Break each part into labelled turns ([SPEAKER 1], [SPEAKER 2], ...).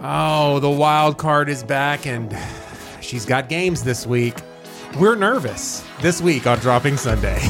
[SPEAKER 1] Oh, the wild card is back, and she's got games this week. We're nervous this week on Dropping Sunday.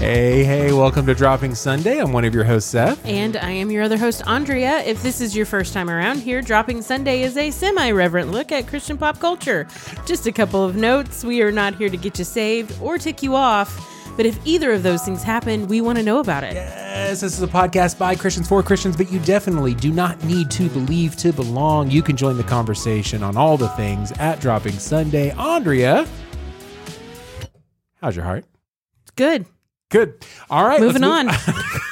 [SPEAKER 1] Hey, hey, welcome to Dropping Sunday. I'm one of your hosts, Seth.
[SPEAKER 2] And I am your other host, Andrea. If this is your first time around here, Dropping Sunday is a semi reverent look at Christian pop culture. Just a couple of notes. We are not here to get you saved or tick you off, but if either of those things happen, we want to know about it.
[SPEAKER 1] Yes, this is a podcast by Christians for Christians, but you definitely do not need to believe to belong. You can join the conversation on all the things at Dropping Sunday. Andrea, how's your heart?
[SPEAKER 2] Good.
[SPEAKER 1] Good. All right.
[SPEAKER 2] Moving on.
[SPEAKER 1] let's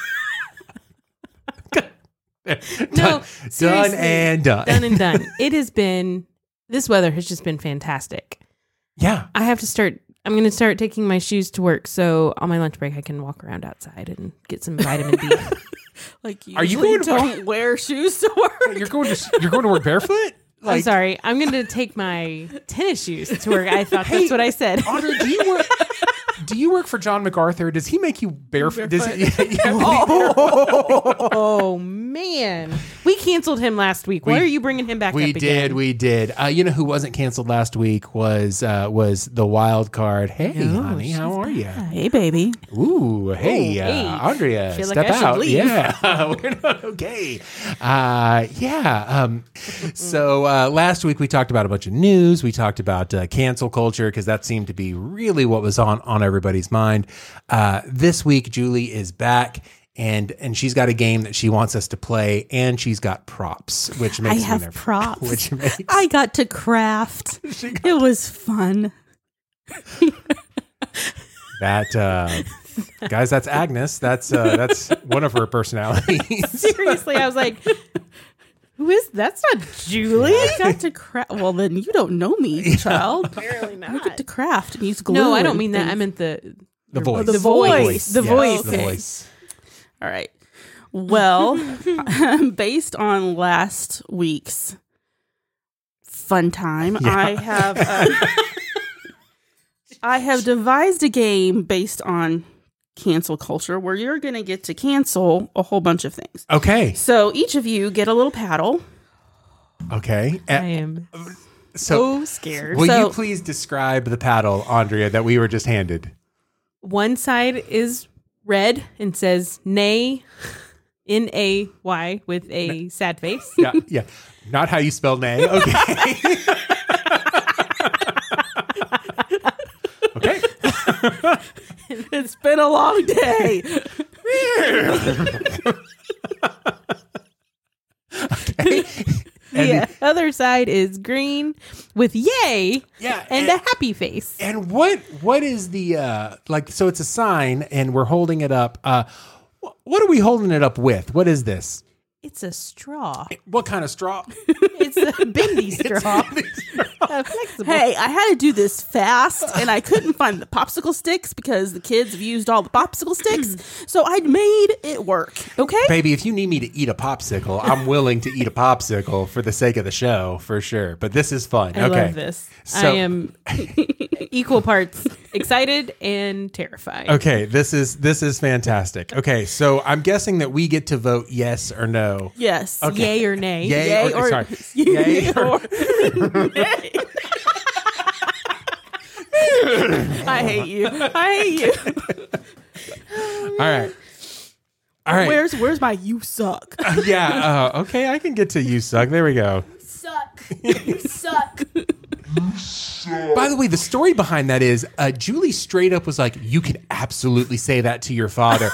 [SPEAKER 1] move-
[SPEAKER 2] no,
[SPEAKER 1] done
[SPEAKER 2] seriously.
[SPEAKER 1] and done.
[SPEAKER 2] done and done. It has been, this weather has just been fantastic.
[SPEAKER 1] yeah.
[SPEAKER 2] I have to start. I'm going to start taking my shoes to work, so on my lunch break I can walk around outside and get some vitamin D.
[SPEAKER 3] Like you,
[SPEAKER 1] Are you
[SPEAKER 3] usually
[SPEAKER 1] going to-
[SPEAKER 3] don't wear shoes to work.
[SPEAKER 1] You're going to you're going to work barefoot? Like,
[SPEAKER 2] I'm sorry. I'm going to take my tennis shoes to work. I thought that's what I said.
[SPEAKER 1] Andre, do you work? Do you work for John MacArthur? Does he make you barefoot? Does he, Oh, you have to be barefoot?
[SPEAKER 2] Oh man, we canceled him last week. Why
[SPEAKER 1] We-
[SPEAKER 2] are you bringing him back?
[SPEAKER 1] We
[SPEAKER 2] up again?
[SPEAKER 1] did, we did. Uh, you know who wasn't canceled last week was uh, was the wild card. Hey,
[SPEAKER 2] Oh,
[SPEAKER 1] honey, how are you?
[SPEAKER 2] Ah,
[SPEAKER 3] Hey, baby.
[SPEAKER 1] Ooh, hey,
[SPEAKER 2] Ooh,
[SPEAKER 1] uh,
[SPEAKER 2] hey.
[SPEAKER 1] Andrea,
[SPEAKER 2] Feel like
[SPEAKER 1] step
[SPEAKER 2] I should
[SPEAKER 1] out.
[SPEAKER 2] leave.
[SPEAKER 1] Yeah, we're not okay. Uh, yeah. Um, so uh, last week we talked about a bunch of news. We talked about uh, cancel culture because that seemed to be really what was on on everybody's mind. Uh, this week, Julie is back. And, and she's got a game that she wants us to play, and she's got props, which
[SPEAKER 3] I
[SPEAKER 1] makes me
[SPEAKER 3] have
[SPEAKER 1] nervous.
[SPEAKER 3] props.
[SPEAKER 1] Which makes
[SPEAKER 3] I got to craft. it was fun.
[SPEAKER 1] that uh, guys, that's Agnes. That's uh, that's one of her personalities.
[SPEAKER 2] Seriously, I was like, who is that's not Julie?
[SPEAKER 3] I got to craft. Well, then you don't know me, child.
[SPEAKER 2] Apparently
[SPEAKER 3] I get to craft and use glue.
[SPEAKER 2] No, I don't
[SPEAKER 3] and
[SPEAKER 2] mean that. I
[SPEAKER 3] things.
[SPEAKER 2] meant the
[SPEAKER 1] The
[SPEAKER 2] your-
[SPEAKER 1] voice.
[SPEAKER 2] The voice. The
[SPEAKER 1] Yes,
[SPEAKER 2] voice.
[SPEAKER 1] the
[SPEAKER 3] Okay.
[SPEAKER 1] voice.
[SPEAKER 3] All right. Well, based on last week's fun time,
[SPEAKER 1] Yeah.
[SPEAKER 3] I have uh, I have devised a game based on cancel culture where you're going to get to cancel a whole bunch of things.
[SPEAKER 1] Okay.
[SPEAKER 3] So each of you get a little paddle.
[SPEAKER 1] Okay.
[SPEAKER 2] I
[SPEAKER 1] Uh,
[SPEAKER 2] am
[SPEAKER 1] so,
[SPEAKER 2] Oh, so scared.
[SPEAKER 1] will
[SPEAKER 3] so-
[SPEAKER 1] you please describe the paddle, Andrea, that we were just handed?
[SPEAKER 2] One side is red and says nay, n a y with a sad face.
[SPEAKER 1] Yeah. Yeah. Not how you spell nay. Okay. okay.
[SPEAKER 3] It's been a long day.
[SPEAKER 1] And-
[SPEAKER 2] the other side is green with yay
[SPEAKER 1] Yeah.
[SPEAKER 2] and a happy face.
[SPEAKER 1] And what what is the uh like so it's a sign and we're holding it up uh wh- what are we holding it up with? What is this?
[SPEAKER 2] It's a straw.
[SPEAKER 1] What kind of straw?
[SPEAKER 2] It's a bendy straw. A flexible.
[SPEAKER 3] hey, I had to do this fast and I couldn't find the popsicle sticks because the kids have used all the popsicle sticks. So I made it work. Okay?
[SPEAKER 1] Baby, if you need me to eat a popsicle, I'm willing to eat a popsicle for the sake of the show, for sure. But this is fun.
[SPEAKER 2] I
[SPEAKER 1] okay.
[SPEAKER 2] love this.
[SPEAKER 1] So-
[SPEAKER 2] I am equal parts excited and terrified.
[SPEAKER 1] Okay, this is this is fantastic. Okay, so I'm guessing that we get to vote yes or no.
[SPEAKER 3] Yes.
[SPEAKER 2] Yay or nay?
[SPEAKER 1] Yay,
[SPEAKER 3] Yay
[SPEAKER 1] or,
[SPEAKER 3] or-
[SPEAKER 1] sorry. Yay or,
[SPEAKER 3] I hate you. I hate you.
[SPEAKER 1] all right. All right.
[SPEAKER 3] Where's where's my you suck?
[SPEAKER 1] yeah, uh, okay, I can get to you, Sug. There we go.
[SPEAKER 4] suck. You suck.
[SPEAKER 1] By the way, the story behind that is uh, Julie straight up was like, "You can absolutely say that to your father."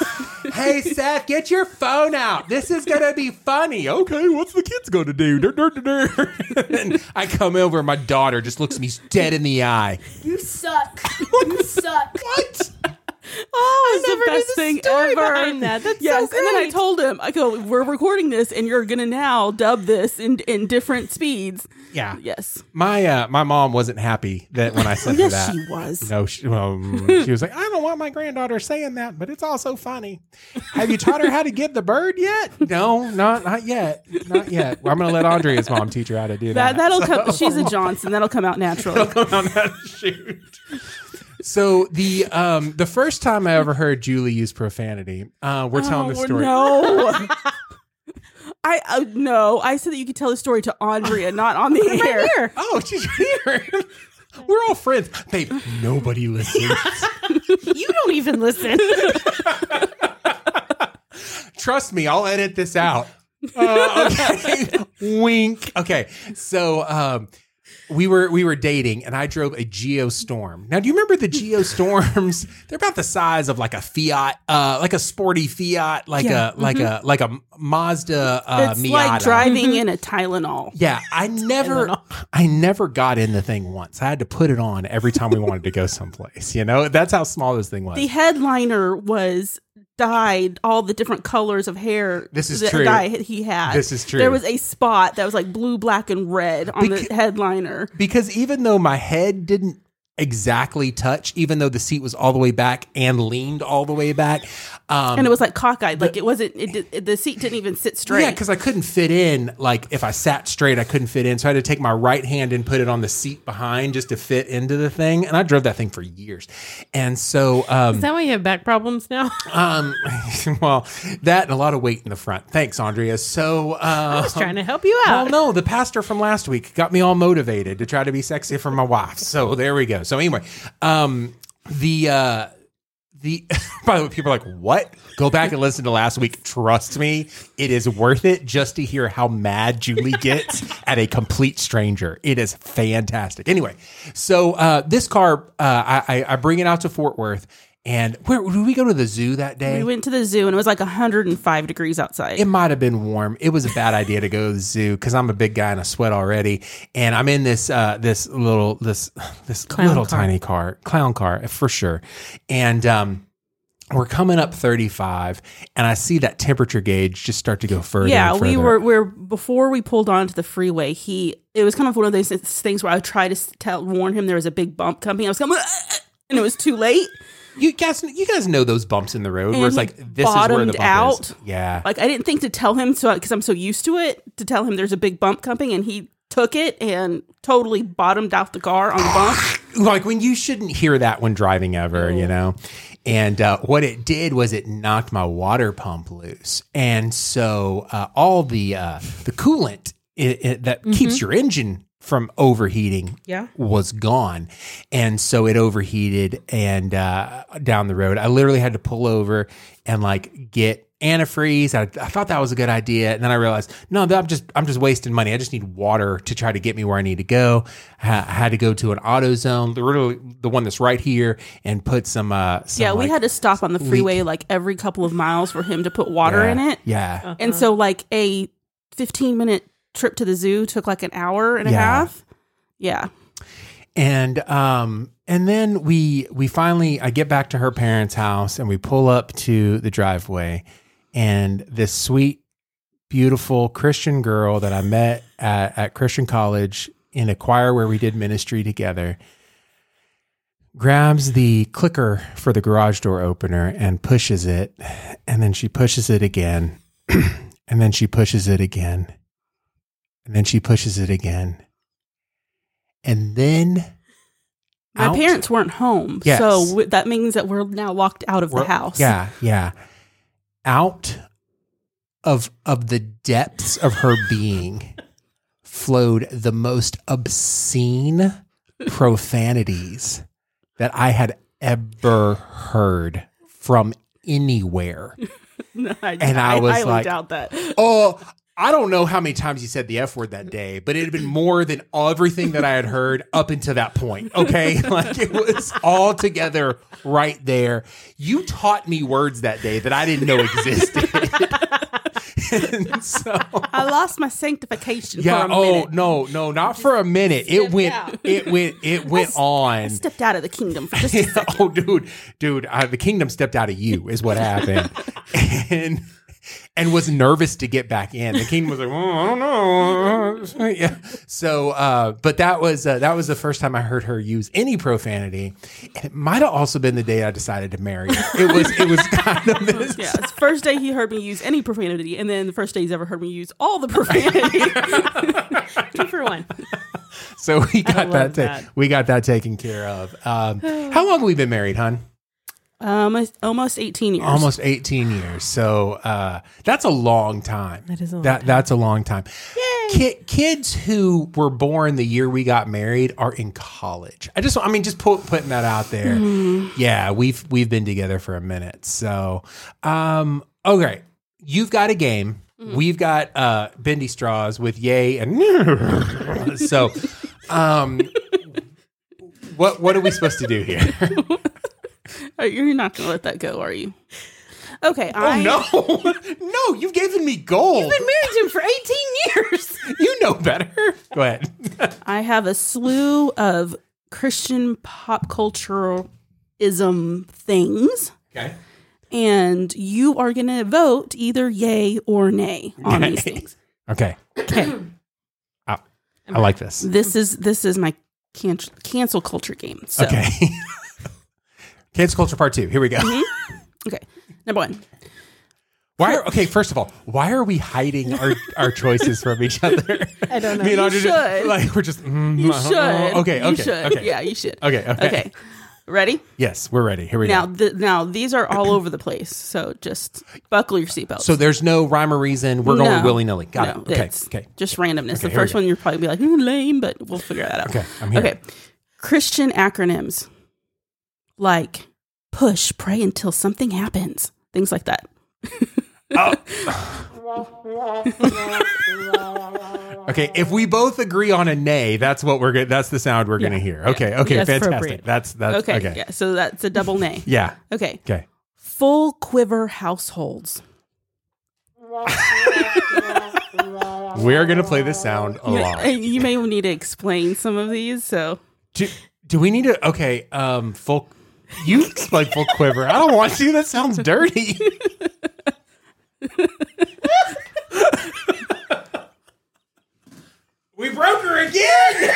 [SPEAKER 1] hey, Seth, get your phone out. This is gonna be funny. Okay, what's the kids gonna do? Dur, dur, dur, dur. and I come over, and my daughter just looks me dead in the eye.
[SPEAKER 4] You suck. You suck.
[SPEAKER 1] What?
[SPEAKER 3] Oh, it's
[SPEAKER 2] never
[SPEAKER 3] the
[SPEAKER 2] knew
[SPEAKER 3] best
[SPEAKER 2] the
[SPEAKER 3] thing
[SPEAKER 2] story
[SPEAKER 3] ever.
[SPEAKER 2] behind that. That's so
[SPEAKER 3] yes, and then I
[SPEAKER 2] great.
[SPEAKER 3] told him, I go, we're recording this, and you're gonna now dub this in in different speeds.
[SPEAKER 1] Yeah.
[SPEAKER 3] Yes, Oh,
[SPEAKER 1] My uh, my mom wasn't happy that when I said
[SPEAKER 3] yes,
[SPEAKER 1] that.
[SPEAKER 3] she was.
[SPEAKER 1] No, she, um, she was like, I don't want my granddaughter saying that, but it's also funny. Have you taught her how to get the bird yet? No, not not yet, not yet. Well, I'm gonna let Andrea's mom teach her how to do that.
[SPEAKER 3] That that'll come. She's a Johnson. That'll come out naturally.
[SPEAKER 1] That'll shoot. So the um the first time I ever heard Julie use profanity, uh, we're telling the
[SPEAKER 3] Oh,
[SPEAKER 1] story.
[SPEAKER 3] No. I uh, no. I said that you could tell the story to Andrea, not on the air.
[SPEAKER 1] Oh, she's here. We're all friends. Babe, nobody listens.
[SPEAKER 2] You don't even listen.
[SPEAKER 1] Trust me, I'll edit this out. Uh, okay. Wink. Okay. So um we were we were dating and I drove a Geostorm. Now do you remember the Geostorms? They're about the size of like a Fiat, uh like a sporty Fiat, like
[SPEAKER 3] Yeah. mm-hmm.
[SPEAKER 1] a like a like a Mazda uh
[SPEAKER 3] it's
[SPEAKER 1] Miata.
[SPEAKER 3] like driving in a Tylenol.
[SPEAKER 1] Yeah, I never, I never got in the thing once. I had to put it on every time we wanted to go someplace. You know, that's how small this thing was.
[SPEAKER 3] The headliner was dyed all the different colors of hair.
[SPEAKER 1] This is
[SPEAKER 3] that
[SPEAKER 1] true.
[SPEAKER 3] Dye he had.
[SPEAKER 1] This is true.
[SPEAKER 3] There was a spot that was like blue, black, and red on
[SPEAKER 1] Becau-
[SPEAKER 3] the headliner.
[SPEAKER 1] because even though my head didn't exactly touch, even though the seat was all the way back and leaned all the way back, um,
[SPEAKER 3] and it was like cockeyed, like it wasn't. It, did- it, the seat didn't even sit straight.
[SPEAKER 1] Yeah, because I couldn't fit in. Like if I sat straight, I couldn't fit in. So I had to take my right hand and put it on the seat behind just to fit into the thing. And I drove that thing for years. And so, um,
[SPEAKER 2] Is that why you have back problems now?
[SPEAKER 1] um, well, that and a lot of weight in the front. Thanks, Andrea. So, uh,
[SPEAKER 2] I was trying to help you
[SPEAKER 1] Well,
[SPEAKER 2] out.
[SPEAKER 1] no, the pastor from last week got me all motivated to try to be sexy for my wife. So there we go. So anyway, um, the uh, the by the way, people are like, "What? Go back and listen to last week. Trust me, it is worth it just to hear how mad Julie gets at a complete stranger. It is fantastic." Anyway, so uh, this car, uh, I, I I bring it out to Fort Worth, and where did we go to the zoo that day?
[SPEAKER 3] we went to the zoo and it was like 105 degrees outside.
[SPEAKER 1] it might have been warm. It was a bad idea to go to the zoo because I'm a big guy and I sweat already. And I'm in this uh, this little this this little
[SPEAKER 2] car.
[SPEAKER 1] tiny car, clown car for sure. And um, we're coming up 35, and I see that temperature gauge just start to go further.
[SPEAKER 3] yeah,
[SPEAKER 1] and
[SPEAKER 3] we
[SPEAKER 1] further.
[SPEAKER 3] were we were before we pulled onto the freeway. He it was kind of one of those things where I tried to s- tell warn him there was a big bump coming. I was coming, and it was too late.
[SPEAKER 1] You guys, you guys know those bumps in the road where
[SPEAKER 3] And
[SPEAKER 1] it's
[SPEAKER 3] he
[SPEAKER 1] like this is where the
[SPEAKER 3] bottomed
[SPEAKER 1] bump
[SPEAKER 3] out.
[SPEAKER 1] is. Yeah,
[SPEAKER 3] Like I didn't think to tell him so because I'm so used to it to tell him there's a big bump coming, and he took it and totally bottomed out the car on the bump.
[SPEAKER 1] like when you shouldn't hear that when driving ever, you know. And uh, what it did was it knocked my water pump loose, and so uh, all the uh, the coolant i i that keeps your engine from overheating
[SPEAKER 3] Yeah.
[SPEAKER 1] was gone, and so it overheated. And uh, down the road, I literally had to pull over and like get antifreeze. I, I thought that was a good idea, and then I realized no, that- I'm just I'm just wasting money. I just need water to try to get me where I need to go. I ha- I had to go to an auto zone, the really the one that's right here, and put some. Uh, some
[SPEAKER 3] yeah, we
[SPEAKER 1] like-
[SPEAKER 3] had to stop on the freeway like every couple of miles for him to put water
[SPEAKER 1] yeah,
[SPEAKER 3] in it, Oh.
[SPEAKER 1] Yeah,
[SPEAKER 3] and so like a 15 minute trip to the zoo took like an hour and a
[SPEAKER 1] Yeah.
[SPEAKER 3] half. Yeah.
[SPEAKER 1] and um and then we we finally I get back to her parents' house and we pull up to the driveway and this sweet beautiful Christian girl that I met at, at Christian college in a choir where we did ministry together grabs the clicker for the garage door opener and pushes it and then she pushes it again and then she pushes it again and then she pushes it again and then
[SPEAKER 3] My
[SPEAKER 1] out.
[SPEAKER 3] parents weren't home,
[SPEAKER 1] Yes.
[SPEAKER 3] so w- that means that we're now locked out of
[SPEAKER 1] We're-
[SPEAKER 3] the house.
[SPEAKER 1] Yeah, yeah. Out of of the depths of her being flowed the most obscene profanities that I had ever heard from anywhere.
[SPEAKER 3] No, I,
[SPEAKER 1] And I was
[SPEAKER 3] highly
[SPEAKER 1] like-
[SPEAKER 3] doubt that.
[SPEAKER 1] Oh, I don't know how many times you said the F word that day, but it had been more than everything that I had heard up until that point. Okay. Like it was all together right there. You taught me words that day that I didn't know existed. and so
[SPEAKER 3] I lost my sanctification
[SPEAKER 1] yeah
[SPEAKER 3] for a
[SPEAKER 1] oh
[SPEAKER 3] minute.
[SPEAKER 1] no no not for a minute it went it went it went on
[SPEAKER 3] Stepped out of the kingdom for just a second.
[SPEAKER 1] oh, dude, dude, uh, the kingdom stepped out of you is what happened, and and was nervous to get back in. The kingdom was like, well, I don't know, yeah. So, uh, but that was uh, that was the first time I heard her use any profanity, and it might have also been the day I decided to marry. Her. It was it was kind of this.
[SPEAKER 3] Yeah, it's the first day he heard me use any profanity, and then the first day he's ever heard me use all the profanity.
[SPEAKER 2] Two for one.
[SPEAKER 1] So we got that,
[SPEAKER 2] love
[SPEAKER 1] ta-
[SPEAKER 2] that.
[SPEAKER 1] we got that taken care of. Um, how long have we been married, hon?
[SPEAKER 3] Um, it's almost 18 years.
[SPEAKER 1] Almost 18 years. So uh, that's a long time.
[SPEAKER 2] That is a long
[SPEAKER 1] that, That's a long time. Ki- kids who were born the year we got married are in college. I just, I mean, just put, putting that out there.
[SPEAKER 2] Mm-hmm.
[SPEAKER 1] Yeah, we've we've been together for a minute. So, um, okay, you've got a game.
[SPEAKER 2] Mm.
[SPEAKER 1] We've got uh, bendy straws with yay and so. Um, what what are we supposed to do here?
[SPEAKER 3] Uh, You're not gonna let that go, are you? Okay.
[SPEAKER 1] Oh
[SPEAKER 3] I,
[SPEAKER 1] no, no! You've given me gold.
[SPEAKER 2] Been married to him for 18 years.
[SPEAKER 1] You know better. Go ahead.
[SPEAKER 3] I have a slew of Christian pop culture ism things,
[SPEAKER 1] Okay.
[SPEAKER 3] and you are gonna vote either yay or nay on these
[SPEAKER 1] Okay.
[SPEAKER 3] things.
[SPEAKER 1] Okay.
[SPEAKER 3] Okay. Ah,
[SPEAKER 1] I like this.
[SPEAKER 3] This is this is my cancel cancel culture game. So
[SPEAKER 1] Okay. Cancel culture part two. Here we go.
[SPEAKER 3] okay. Number one.
[SPEAKER 1] Why? Are, okay. First of all, why are we hiding our, our choices from each other?
[SPEAKER 2] I don't
[SPEAKER 1] Me and
[SPEAKER 3] You
[SPEAKER 1] Audrey just-
[SPEAKER 3] should.
[SPEAKER 1] like we're just. mm,
[SPEAKER 3] You
[SPEAKER 1] uh,
[SPEAKER 3] should.
[SPEAKER 1] Okay. Okay.
[SPEAKER 3] You should.
[SPEAKER 1] Okay.
[SPEAKER 3] Yeah, you should.
[SPEAKER 1] Okay, okay.
[SPEAKER 3] Okay. Ready?
[SPEAKER 1] Yes, we're ready. Here we
[SPEAKER 3] Now,
[SPEAKER 1] go.
[SPEAKER 3] th- now these are all over the place, so just buckle your seatbelts.
[SPEAKER 1] So there's no rhyme or reason. We're going
[SPEAKER 3] No.
[SPEAKER 1] willy nilly. Got
[SPEAKER 3] No,
[SPEAKER 1] it. Okay.
[SPEAKER 3] it's
[SPEAKER 1] Okay.
[SPEAKER 3] Just randomness.
[SPEAKER 1] here we
[SPEAKER 3] the first
[SPEAKER 1] go.
[SPEAKER 3] one you'll probably be like, "Hmm, lame, but we'll figure that out.
[SPEAKER 1] Okay, I'm here.
[SPEAKER 3] Okay. Christian acronyms like push, pray until something happens, things like that.
[SPEAKER 1] Okay. If we both agree on a nay, that's what we're going. That's the sound we're going to hear. Okay. Okay.
[SPEAKER 2] That's
[SPEAKER 1] fantastic.
[SPEAKER 2] appropriate.
[SPEAKER 1] That's that's
[SPEAKER 3] Okay.
[SPEAKER 1] okay. Okay.
[SPEAKER 3] Yeah. So that's a double nay.
[SPEAKER 1] Yeah.
[SPEAKER 3] Okay.
[SPEAKER 1] Okay.
[SPEAKER 3] Full quiver households.
[SPEAKER 1] We're gonna play this sound a lot.
[SPEAKER 3] And You may need to explain some of these. So
[SPEAKER 1] Do, do we need to? Okay, um, full. You explain full quiver. I don't want to. That sounds dirty. we broke her again.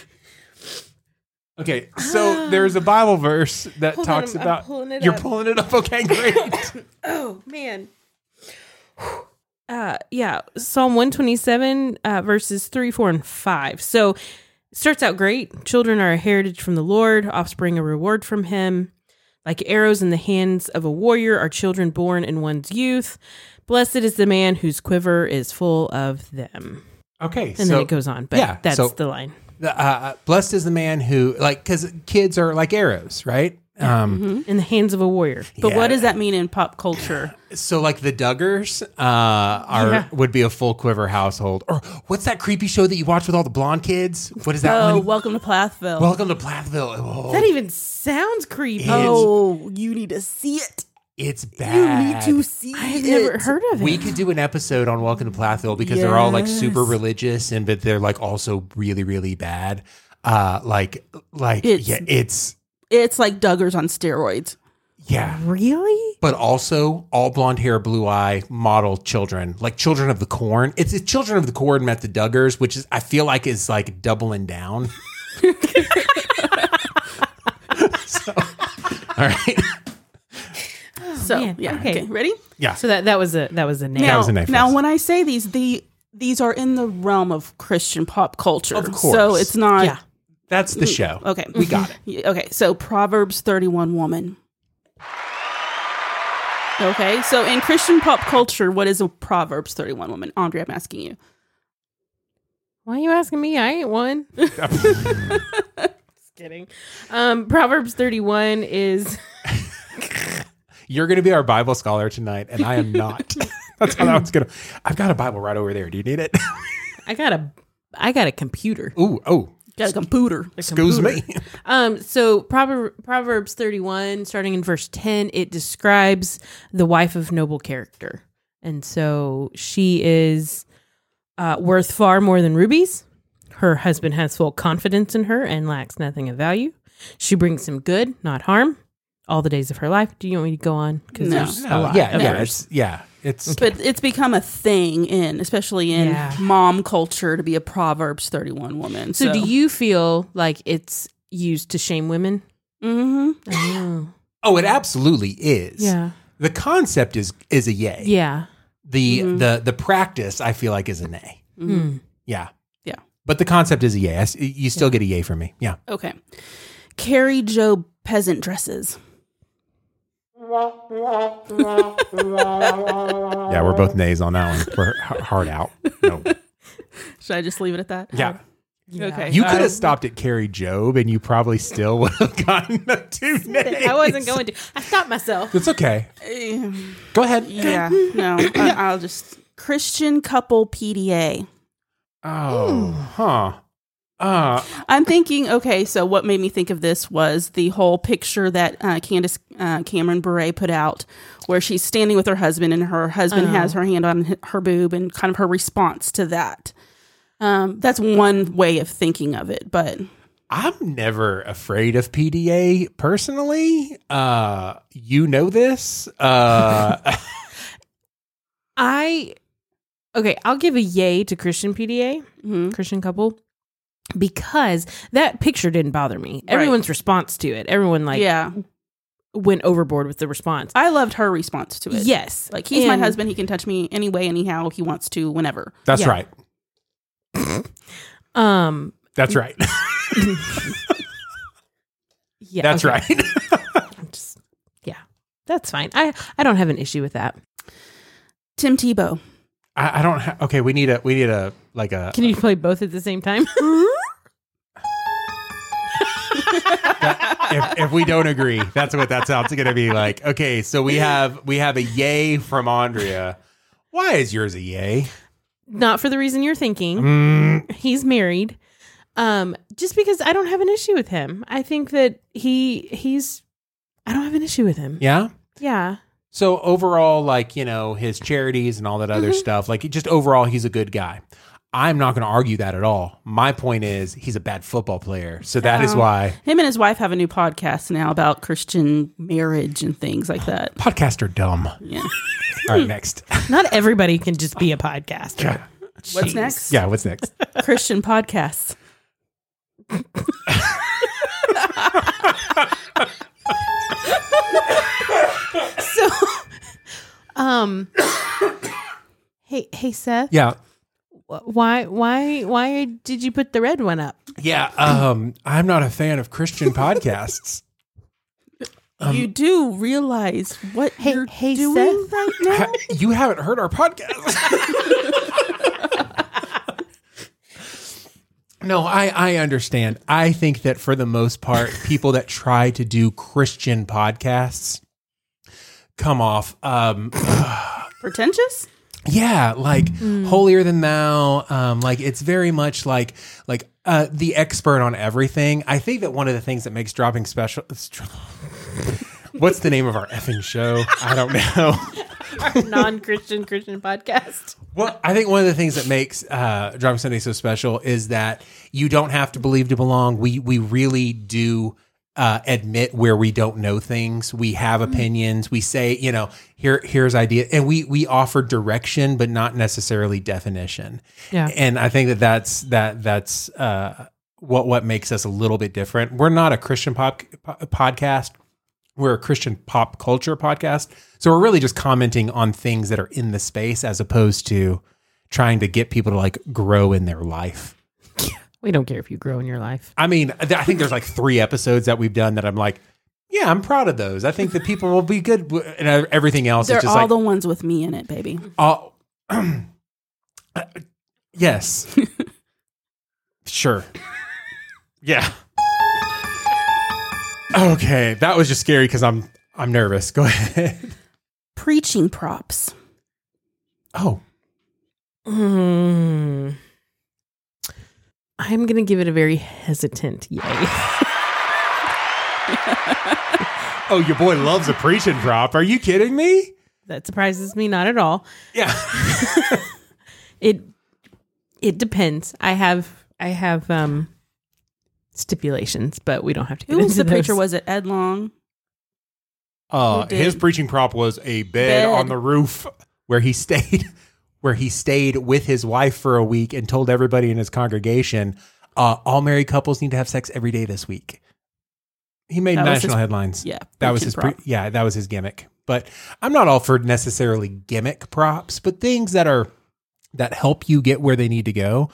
[SPEAKER 1] okay, so there's a Bible verse that
[SPEAKER 2] Hold on,
[SPEAKER 1] talks
[SPEAKER 2] I'm- I'm
[SPEAKER 1] about.
[SPEAKER 2] pulling it
[SPEAKER 1] you're
[SPEAKER 2] up.
[SPEAKER 1] pulling it up. Okay, great.
[SPEAKER 2] Oh man. Uh, yeah, Psalm one twenty seven uh, verses three, four, and five. So starts out great. Children are a heritage from the Lord, offspring a reward from Him. Like arrows in the hands of a warrior are children born in one's youth. Blessed is the man whose quiver is full of them.
[SPEAKER 1] Okay,
[SPEAKER 2] And
[SPEAKER 1] so
[SPEAKER 2] then it goes on, but
[SPEAKER 1] yeah,
[SPEAKER 2] that's
[SPEAKER 1] so-
[SPEAKER 2] the line.
[SPEAKER 1] uh, uh, blessed is the man who like because kids are like arrows, right? Um,
[SPEAKER 2] In the hands of a warrior.
[SPEAKER 3] but what
[SPEAKER 1] Yeah.
[SPEAKER 3] does that mean in pop culture?
[SPEAKER 1] So like the Duggars uh, are
[SPEAKER 2] Yeah.
[SPEAKER 1] would be a full quiver household. Or what's that creepy show that you watch with all the blonde kids? What is that
[SPEAKER 3] Oh,
[SPEAKER 1] one?
[SPEAKER 3] welcome to Plathville.
[SPEAKER 1] Welcome to Plathville. Oh,
[SPEAKER 2] That even sounds creepy.
[SPEAKER 1] It-
[SPEAKER 3] oh, you need to see it.
[SPEAKER 1] it's bad.
[SPEAKER 3] see
[SPEAKER 2] I've never heard of it.
[SPEAKER 1] we could do an episode on Welcome to Plathville because they're all like super religious and but they're like also really really bad. Uh, like like
[SPEAKER 3] It's-
[SPEAKER 1] yeah, it's
[SPEAKER 3] It's like Duggars on steroids.
[SPEAKER 1] yeah.
[SPEAKER 2] really?
[SPEAKER 1] but also all blonde hair, blue eye model children, like children of the corn. It's, it's children of the corn met the Duggars, which is I feel like is like doubling down. so, all right,
[SPEAKER 3] So
[SPEAKER 2] Oh, man.
[SPEAKER 3] yeah,
[SPEAKER 2] Okay.
[SPEAKER 3] okay. ready?
[SPEAKER 1] yeah,
[SPEAKER 2] So that that was a that was a name.
[SPEAKER 1] That
[SPEAKER 3] Now,
[SPEAKER 1] was a knife
[SPEAKER 3] now
[SPEAKER 1] fist.
[SPEAKER 3] when I say these, the these are in the realm of Christian pop culture.
[SPEAKER 1] Of course.
[SPEAKER 3] So it's not
[SPEAKER 2] Yeah.
[SPEAKER 1] that's the show.
[SPEAKER 3] okay.
[SPEAKER 1] we got it.
[SPEAKER 3] Yeah, Okay, so Proverbs thirty-one woman. Okay, so in Christian pop culture, what is a Proverbs thirty-one woman? Andre, I'm asking you.
[SPEAKER 2] Why are you asking me? I ain't one. Just kidding. Um, Proverbs 31 is
[SPEAKER 1] You're going to be our Bible scholar tonight, and I am not. that's how that was gonna. I've got a Bible right over there. Do you need it?
[SPEAKER 2] I got a I got a computer.
[SPEAKER 1] Ooh, oh,
[SPEAKER 3] Got a computer.
[SPEAKER 1] excuse me.
[SPEAKER 2] Um, so Prover- Proverbs 31 starting in verse 10, it describes the wife of noble character. And so she is uh, worth far more than rubies. Her husband has full confidence in her and lacks nothing of value. She brings him good, not harm, all the days of her life. Do you want me to go on? 'Cause
[SPEAKER 3] No.
[SPEAKER 2] there's a
[SPEAKER 1] No,
[SPEAKER 2] lot
[SPEAKER 1] yeah,
[SPEAKER 2] of
[SPEAKER 1] yeah,
[SPEAKER 2] verse.
[SPEAKER 1] it's, yeah. It's
[SPEAKER 3] But it's become a thing in, especially in
[SPEAKER 2] Yeah.
[SPEAKER 3] mom culture, to be a Proverbs 31 woman. So,
[SPEAKER 2] So, do you feel like it's used to shame women?
[SPEAKER 3] hmm
[SPEAKER 2] Oh.
[SPEAKER 1] oh, it absolutely is.
[SPEAKER 2] Yeah.
[SPEAKER 1] The concept is is a yay.
[SPEAKER 2] Yeah.
[SPEAKER 1] Mm-hmm. the the the practice I feel like is a nay.
[SPEAKER 2] Mm.
[SPEAKER 3] Mhm.
[SPEAKER 1] Mm-hmm. Yeah.
[SPEAKER 3] Yeah.
[SPEAKER 1] But the concept is a yay. I s- You still get a yay from me. Yeah.
[SPEAKER 3] Okay. Carrie Joe peasant dresses.
[SPEAKER 1] Yeah, we're both nays on that one. We're h- hard out. No.
[SPEAKER 3] Should I just leave it at that?
[SPEAKER 1] Yeah.
[SPEAKER 3] Okay.
[SPEAKER 1] You could
[SPEAKER 3] Uh,
[SPEAKER 1] have stopped at Carrie Job and you probably still would have gotten the two nays.
[SPEAKER 2] I wasn't going to. I stopped myself.
[SPEAKER 1] It's okay.
[SPEAKER 3] eh,
[SPEAKER 1] Go ahead.
[SPEAKER 3] Yeah. No. I, I'll just Christian couple PDA.
[SPEAKER 1] Oh, huh. Uh,
[SPEAKER 3] I'm thinking, okay, so what made me think of this was the whole picture that uh, Candace uh, Cameron Bure put out where she's standing with her husband and her husband has her hand on h- her boob and kind of her response to that. Um, that's one way of thinking of it, but
[SPEAKER 1] I'm never afraid of PDA personally. Uh, you know this. Uh,
[SPEAKER 2] I okay. I'll give a yay to Christian PDA,
[SPEAKER 3] mhm.
[SPEAKER 2] Christian couple, because that picture didn't bother me. Everyone's response to it. Everyone like
[SPEAKER 3] yeah,
[SPEAKER 2] went overboard with the response.
[SPEAKER 3] I loved her response to it.
[SPEAKER 2] yes,
[SPEAKER 3] Like he's my
[SPEAKER 2] And-
[SPEAKER 3] husband, he can touch me any way, anyhow he wants to, whenever.
[SPEAKER 1] that's
[SPEAKER 2] Yeah.
[SPEAKER 1] right.
[SPEAKER 2] Um.
[SPEAKER 1] That's right.
[SPEAKER 2] Yeah.
[SPEAKER 1] that's
[SPEAKER 2] okay.
[SPEAKER 1] right.
[SPEAKER 2] I'm just yeah. That's fine. I I don't have an issue with that.
[SPEAKER 3] Tim Tebow.
[SPEAKER 1] I, I don't. Ha- okay, we need a. We need a like a.
[SPEAKER 2] Can you play both at the same time?
[SPEAKER 1] if, if we don't agree, that's what that sounds going to be like. Okay, so we have we have a yay from Andrea. Why is yours a yay?
[SPEAKER 2] Not for the reason you're thinking. He's married. Um, just because I don't have an issue with him. I think that he he's I don't have an issue with him.
[SPEAKER 1] Yeah.
[SPEAKER 2] Yeah.
[SPEAKER 1] So overall, like you know, his charities and all that other stuff. Like just overall, he's a good guy. I'm not going to argue that at all. My point is, he's a bad football player. So that is
[SPEAKER 3] Oh.
[SPEAKER 1] why
[SPEAKER 3] Him and his wife have a new podcast now about Christian marriage and things like that.
[SPEAKER 1] podcasts are dumb.
[SPEAKER 3] Yeah.
[SPEAKER 1] All right, next.
[SPEAKER 2] Not everybody can just be a podcaster.
[SPEAKER 3] What's
[SPEAKER 2] Jeez.
[SPEAKER 3] next?
[SPEAKER 1] Yeah, what's next?
[SPEAKER 3] Christian podcasts.
[SPEAKER 2] So um Hey hey Seth,
[SPEAKER 1] Yeah,
[SPEAKER 2] wh- why why why did you put the red one up?
[SPEAKER 1] yeah. Um, I'm not a fan of Christian podcasts. Um,
[SPEAKER 3] you do realize what
[SPEAKER 2] Hey
[SPEAKER 3] you're
[SPEAKER 2] hey
[SPEAKER 3] doing
[SPEAKER 2] Seth.
[SPEAKER 3] right now.
[SPEAKER 1] Ha- you haven't heard our podcast. no, I, I understand. I think that for the most part, people that try to do Christian podcasts come off um
[SPEAKER 3] Pretentious?
[SPEAKER 1] yeah like holier than thou um like it's very much like like uh the expert on everything i think that one of the things that makes dropping special what's the name of our effing show i don't know
[SPEAKER 2] Non-Christian Christian podcast.
[SPEAKER 1] Well, I think one of the things that makes uh, Driving Sunday so special is that you don't have to believe to belong. We we really do uh, admit where we don't know things. We have opinions. We say, you know, here here's idea, and we we offer direction, but not necessarily definition.
[SPEAKER 2] Yeah.
[SPEAKER 1] And I think that that's that that's uh, what what makes us a little bit different. We're not a Christian pop po- podcast. We're a Christian pop culture podcast. So we're really just commenting on things that are in the space as opposed to trying to get people to like grow in their life.
[SPEAKER 2] We don't care if you grow in your life.
[SPEAKER 1] I mean, th- I think there's like three episodes that we've done that I'm like, yeah, I'm proud of those. I think that people will be good. w- And uh, everything else
[SPEAKER 3] They're
[SPEAKER 1] is just
[SPEAKER 3] all
[SPEAKER 1] like,
[SPEAKER 3] the ones with me in it, baby.
[SPEAKER 1] all, Uh, yes. sure. Yeah. Okay, that was just scary because I'm I'm nervous. Go ahead.
[SPEAKER 3] Preaching props.
[SPEAKER 1] Oh,
[SPEAKER 2] Mm. I'm going to give it a very hesitant yay.
[SPEAKER 1] oh, your boy loves a preaching prop. Are you kidding me?
[SPEAKER 2] that surprises me not at all.
[SPEAKER 1] Yeah.
[SPEAKER 2] It it depends. I have I have um stipulations, but we don't have to. Get
[SPEAKER 3] Who was
[SPEAKER 2] into
[SPEAKER 3] the preacher?
[SPEAKER 2] those.
[SPEAKER 3] Was it Ed Long?
[SPEAKER 1] Uh,
[SPEAKER 3] Who did?
[SPEAKER 1] his preaching prop was a bed,
[SPEAKER 3] Bed.
[SPEAKER 1] on the roof where he stayed, where he stayed with his wife for a week and told everybody in his congregation, uh, all married couples need to have sex every day this week. He made
[SPEAKER 3] That was
[SPEAKER 1] national
[SPEAKER 3] his-
[SPEAKER 1] headlines.
[SPEAKER 3] Yeah.
[SPEAKER 1] that was
[SPEAKER 3] preaching
[SPEAKER 1] his pre-
[SPEAKER 3] prop.
[SPEAKER 1] yeah, that was his gimmick. But I'm not all for necessarily gimmick props, but things that are that help you get where they need to go,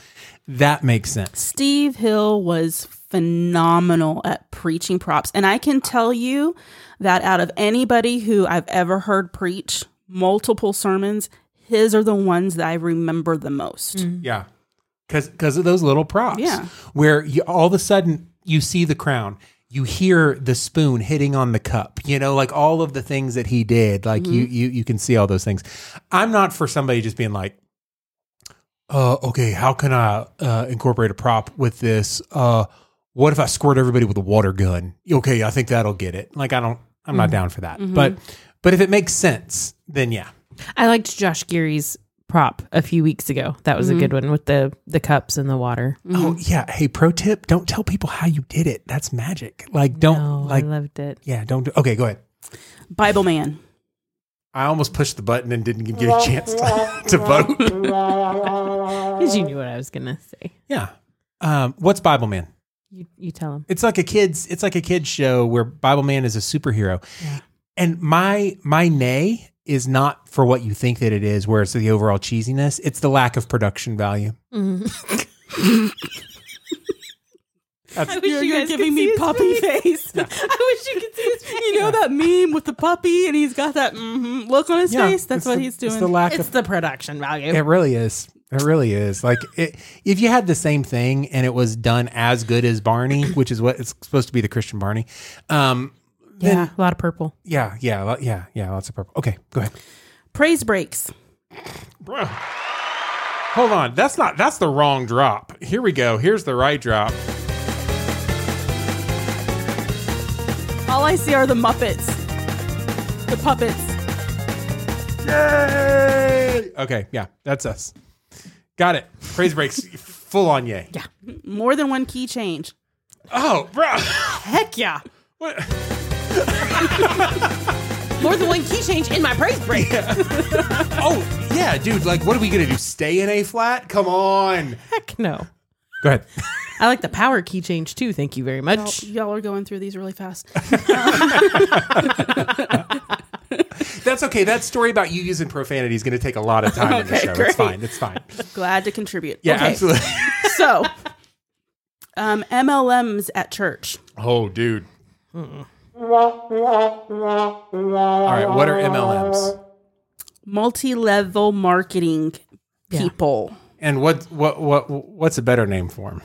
[SPEAKER 1] that makes sense.
[SPEAKER 3] Steve Hill was phenomenal at preaching props. And I can tell you that out of anybody who I've ever heard preach multiple sermons, his are the ones that I remember the most.
[SPEAKER 1] Yeah. Cause because of those little props.
[SPEAKER 3] Yeah.
[SPEAKER 1] Where you all of a sudden you see the crown, you hear the spoon hitting on the cup, you know, like all of the things that he did. Like you you you can see all those things. I'm not for somebody just being like, uh, okay, how can I uh, incorporate a prop with this? Uh, what if I squirt everybody with a water gun? Okay, I think that'll get it. Like I don't I'm not down for that. But but if it makes sense, then yeah.
[SPEAKER 2] I liked Josh Geary's prop a few weeks ago. That was a good one with the the cups and the water.
[SPEAKER 1] Oh yeah. Hey, pro tip: don't tell people how you did it. That's magic. Like, don't
[SPEAKER 2] Oh,
[SPEAKER 1] like.
[SPEAKER 2] I loved it.
[SPEAKER 1] yeah, don't do. Okay, go ahead.
[SPEAKER 3] Bible Man.
[SPEAKER 1] I almost pushed the button and didn't give you a chance to, to vote.
[SPEAKER 2] Because you knew what I was gonna say.
[SPEAKER 1] yeah. Um, what's Bible Man?
[SPEAKER 2] You you tell him.
[SPEAKER 1] It's like a kids. It's like a kids show where Bible Man is a superhero. And my my nay is not for what you think that it is. Where it's the overall cheesiness. It's the lack of production value.
[SPEAKER 2] I wish
[SPEAKER 3] You're,
[SPEAKER 2] you
[SPEAKER 3] you're
[SPEAKER 2] guys
[SPEAKER 3] giving
[SPEAKER 2] could see
[SPEAKER 3] me
[SPEAKER 2] his
[SPEAKER 3] puppy
[SPEAKER 2] face.
[SPEAKER 3] face.
[SPEAKER 2] I wish you could see his face.
[SPEAKER 3] you know that meme with the puppy and he's got that mhm look on his face? That's
[SPEAKER 1] it's
[SPEAKER 3] what
[SPEAKER 1] the-
[SPEAKER 3] he's doing.
[SPEAKER 1] It's the lack of
[SPEAKER 2] It's the production value.
[SPEAKER 1] It really is. It really is. Like it, if you had the same thing and it was done as good as Barney, which is what it's supposed to be the Christian Barney. Um,
[SPEAKER 2] yeah, a lot of purple.
[SPEAKER 1] yeah, yeah, lo- yeah, yeah. Lots of purple. Okay, go ahead.
[SPEAKER 3] Praise breaks.
[SPEAKER 1] Bro. Hold on. That's not. That's the wrong drop. Here we go. Here's the right drop.
[SPEAKER 3] All I see are the Muppets. The puppets.
[SPEAKER 1] Yay! Okay, yeah, that's us. Got it. Praise breaks. Full on yay. Yeah.
[SPEAKER 3] More than one key change.
[SPEAKER 1] Oh, bro.
[SPEAKER 2] Heck yeah.
[SPEAKER 1] What?
[SPEAKER 2] More than one key change in my praise break.
[SPEAKER 1] Oh, yeah, dude. Like, what are we gonna do? Stay in A flat? Come on.
[SPEAKER 2] Heck no.
[SPEAKER 1] Go ahead.
[SPEAKER 2] I like the power key change too. Thank you very much.
[SPEAKER 3] Y'all are going through these really fast.
[SPEAKER 1] That's okay. That story about you using profanity is going to take a lot of time in the
[SPEAKER 3] Okay,
[SPEAKER 1] show.
[SPEAKER 3] great.
[SPEAKER 1] It's fine. It's fine.
[SPEAKER 3] Glad to contribute.
[SPEAKER 1] Yeah,
[SPEAKER 3] Okay.
[SPEAKER 1] absolutely.
[SPEAKER 3] so um, MLMs at church.
[SPEAKER 1] Oh, dude. All right. What are MLMs?
[SPEAKER 3] Multi-level marketing
[SPEAKER 2] Yeah.
[SPEAKER 3] people.
[SPEAKER 1] And what what what what's a better name for them?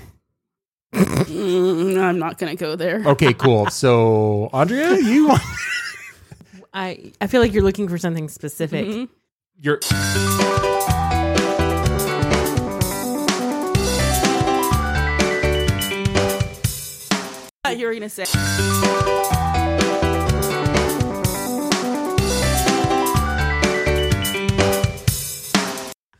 [SPEAKER 3] Mm, I'm not going to go there.
[SPEAKER 1] Okay, cool. So, Andrea, you want
[SPEAKER 2] I Mm-hmm. I feel like you're looking for something specific.
[SPEAKER 1] your
[SPEAKER 3] Uh, You're going to say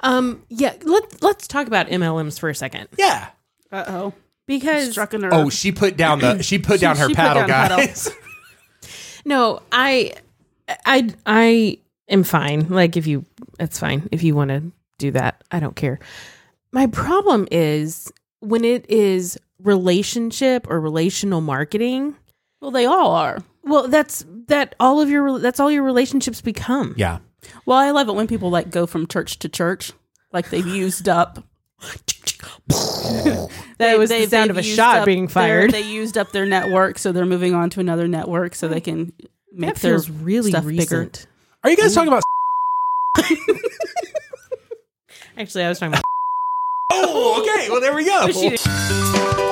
[SPEAKER 2] Um yeah, let let's talk about MLMs for a second.
[SPEAKER 1] yeah.
[SPEAKER 3] Uh-oh.
[SPEAKER 2] Because
[SPEAKER 3] Struck a nerve.
[SPEAKER 1] Oh, she put down the she put down her
[SPEAKER 3] she put
[SPEAKER 1] paddle,
[SPEAKER 3] down her
[SPEAKER 1] guys.
[SPEAKER 2] no, I I I am fine. Like if you that's fine. If you want to do that, I don't care. My problem is when it is relationship or relational marketing,
[SPEAKER 3] well, they all are.
[SPEAKER 2] well that's that all of your that's all your relationships become.
[SPEAKER 1] yeah.
[SPEAKER 3] Well, I love it when people like go from church to church, like they've used up.
[SPEAKER 2] That was the sound
[SPEAKER 3] they've
[SPEAKER 2] of a
[SPEAKER 3] used
[SPEAKER 2] shot
[SPEAKER 3] up
[SPEAKER 2] being
[SPEAKER 3] their-
[SPEAKER 2] fired.
[SPEAKER 3] they used up their network, so they're moving on to another network, so they can make
[SPEAKER 2] That feels
[SPEAKER 3] their
[SPEAKER 2] really
[SPEAKER 3] stuff
[SPEAKER 2] recent.
[SPEAKER 3] bigger.
[SPEAKER 1] Are you guys talking about
[SPEAKER 2] Actually, I was talking about
[SPEAKER 1] Oh, okay. Well, there we go.
[SPEAKER 2] But she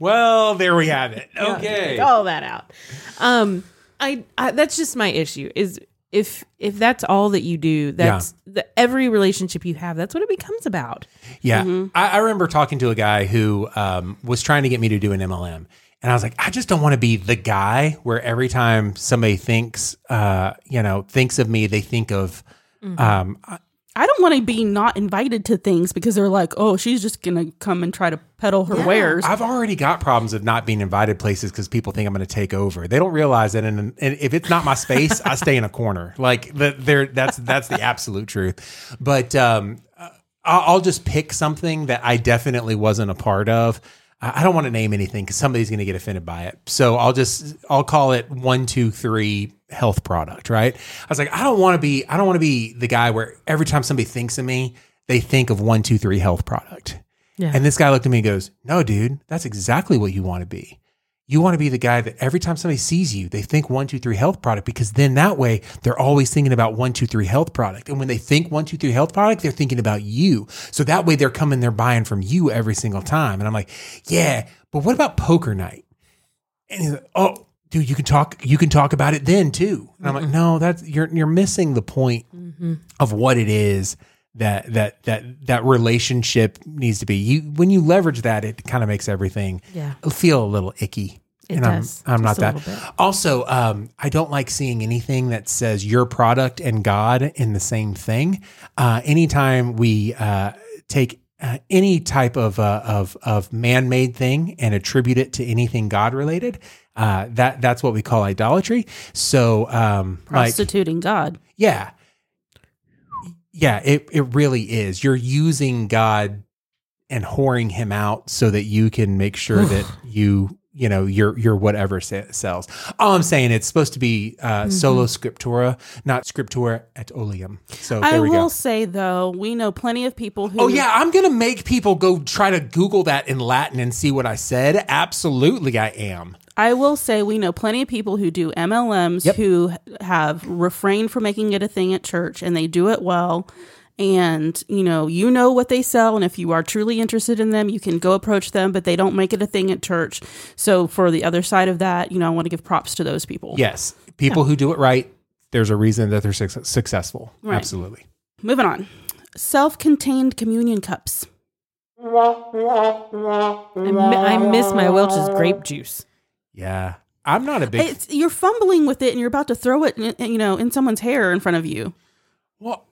[SPEAKER 1] Well, there we have it. Okay.
[SPEAKER 2] take all that out. Um, I, I that's just my issue is if if that's all that you do, that's the, every relationship you have. That's what it becomes about.
[SPEAKER 1] Yeah.
[SPEAKER 2] Mm-hmm.
[SPEAKER 1] I, I remember talking to a guy who um, was trying to get me to do an MLM. And I was like, I just don't want to be the guy where every time somebody thinks, uh, you know, thinks of me, they think of, um, I-
[SPEAKER 3] I don't want to be not invited to things because they're like, oh, she's just gonna come and try to peddle her wares.
[SPEAKER 1] I've already got problems of not being invited places because people think I'm going to take over. They don't realize that, and and if it's not my space, I stay in a corner. Like the, there, that's that's the absolute truth. But um, I- I'll just pick something that I definitely wasn't a part of. I I don't want to name anything because somebody's going to get offended by it. So I'll just I'll call it one two three health product. Right? I was like, I don't want to be I don't want to be the guy where every time somebody thinks of me, they think of one two three health product.
[SPEAKER 2] Yeah.
[SPEAKER 1] And this guy looked at me and goes, No, dude, that's exactly what you want to be. You want to be the guy that every time somebody sees you, they think one, two, three health product because then that way they're always thinking about one, two, three health product. And when they think one, two, three health product, they're thinking about you. So that way they're coming, they're buying from you every single time. And I'm like, yeah, but what about poker night? And he's like, oh, dude, you can talk, you can talk about it then too. And I'm like, no, that's you're you're missing the point
[SPEAKER 2] Mm-hmm.
[SPEAKER 1] of what it is that that that that relationship needs to be. You when you leverage that, it kind of makes everything
[SPEAKER 2] Yeah.
[SPEAKER 1] feel a little icky.
[SPEAKER 2] It
[SPEAKER 1] and I'm-
[SPEAKER 2] does,
[SPEAKER 1] I'm, not
[SPEAKER 2] just a
[SPEAKER 1] that.
[SPEAKER 2] little bit.
[SPEAKER 1] Also, um, I don't like seeing anything that says your product and God in the same thing. Uh, anytime we uh, take uh, any type of uh, of of man made thing and attribute it to anything God related, uh, that that's what we call idolatry. So, um, like,
[SPEAKER 3] Prostituting God.
[SPEAKER 1] yeah. Yeah, it, it really is. You're using God and whoring him out so that you can make sure that you, you know, your your whatever se- sells. All I'm saying it's supposed to be uh,
[SPEAKER 3] Mm-hmm.
[SPEAKER 1] solo scriptura, not scriptura et oleum. So
[SPEAKER 3] I
[SPEAKER 1] Oh, there we
[SPEAKER 3] will
[SPEAKER 1] go.
[SPEAKER 3] say though, we know plenty of people who
[SPEAKER 1] Oh yeah, I'm gonna make people go try to Google that in Latin and see what I said. Absolutely, I am.
[SPEAKER 3] I will say we know plenty of people who do MLMs
[SPEAKER 1] Yep.
[SPEAKER 3] who have refrained from making it a thing at church and they do it well. And you know, you know what they sell, and if you are truly interested in them, you can go approach them, but they don't make it a thing at church. So for the other side of that, you know, I want to give props to those people.
[SPEAKER 1] Yes, people who do it right, there's a reason that they're suc successful.
[SPEAKER 3] Right.
[SPEAKER 1] Absolutely.
[SPEAKER 3] Moving on. Self-contained communion cups.
[SPEAKER 2] I, mi- I miss my Welch's grape juice.
[SPEAKER 1] Yeah, I'm not a big
[SPEAKER 3] It's you're fumbling with it and you're about to throw it, in, you know, in someone's hair in front of you.
[SPEAKER 1] Well,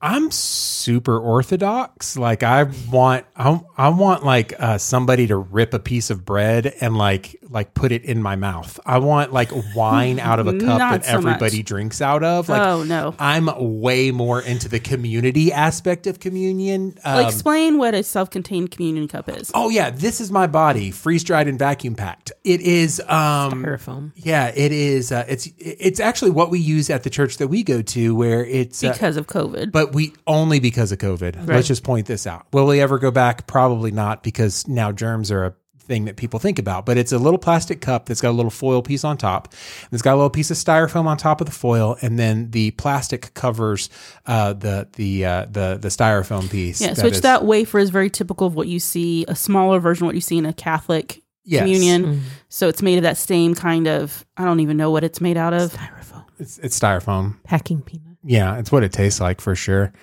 [SPEAKER 1] I'm super orthodox. Like I want, I, I want like uh, somebody to rip a piece of bread and like like put it in my mouth. I want like wine out of a cup
[SPEAKER 3] Not
[SPEAKER 1] that
[SPEAKER 3] so much.
[SPEAKER 1] everybody drinks out of. Like
[SPEAKER 3] oh no.
[SPEAKER 1] I'm way more into the community aspect of communion. Um,
[SPEAKER 3] Like, explain what a self-contained communion cup is.
[SPEAKER 1] oh yeah, this is my body, freeze dried and vacuum packed. It is um
[SPEAKER 2] Styrofoam.
[SPEAKER 1] yeah, it is. Uh, it's it's actually what we use at the church that we go to, where it's uh,
[SPEAKER 3] because of COVID.
[SPEAKER 1] but we only because of COVID. Let's just point this out. Will we ever go back? Probably not, because now germs are a thing that people think about. But it's a little plastic cup that's got a little foil piece on top. And it's got a little piece of styrofoam on top of the foil, and then the plastic covers uh, the the uh, the the styrofoam piece.
[SPEAKER 3] yes, which
[SPEAKER 1] is-
[SPEAKER 3] that wafer is very typical of what you see, a smaller version of what you see in a Catholic
[SPEAKER 1] Yes.
[SPEAKER 3] communion. So it's made of that same kind of, I don't even know what it's made out of.
[SPEAKER 2] Styrofoam.
[SPEAKER 1] it's, it's styrofoam.
[SPEAKER 2] Packing peanut.
[SPEAKER 1] Yeah, it's what it tastes like for sure.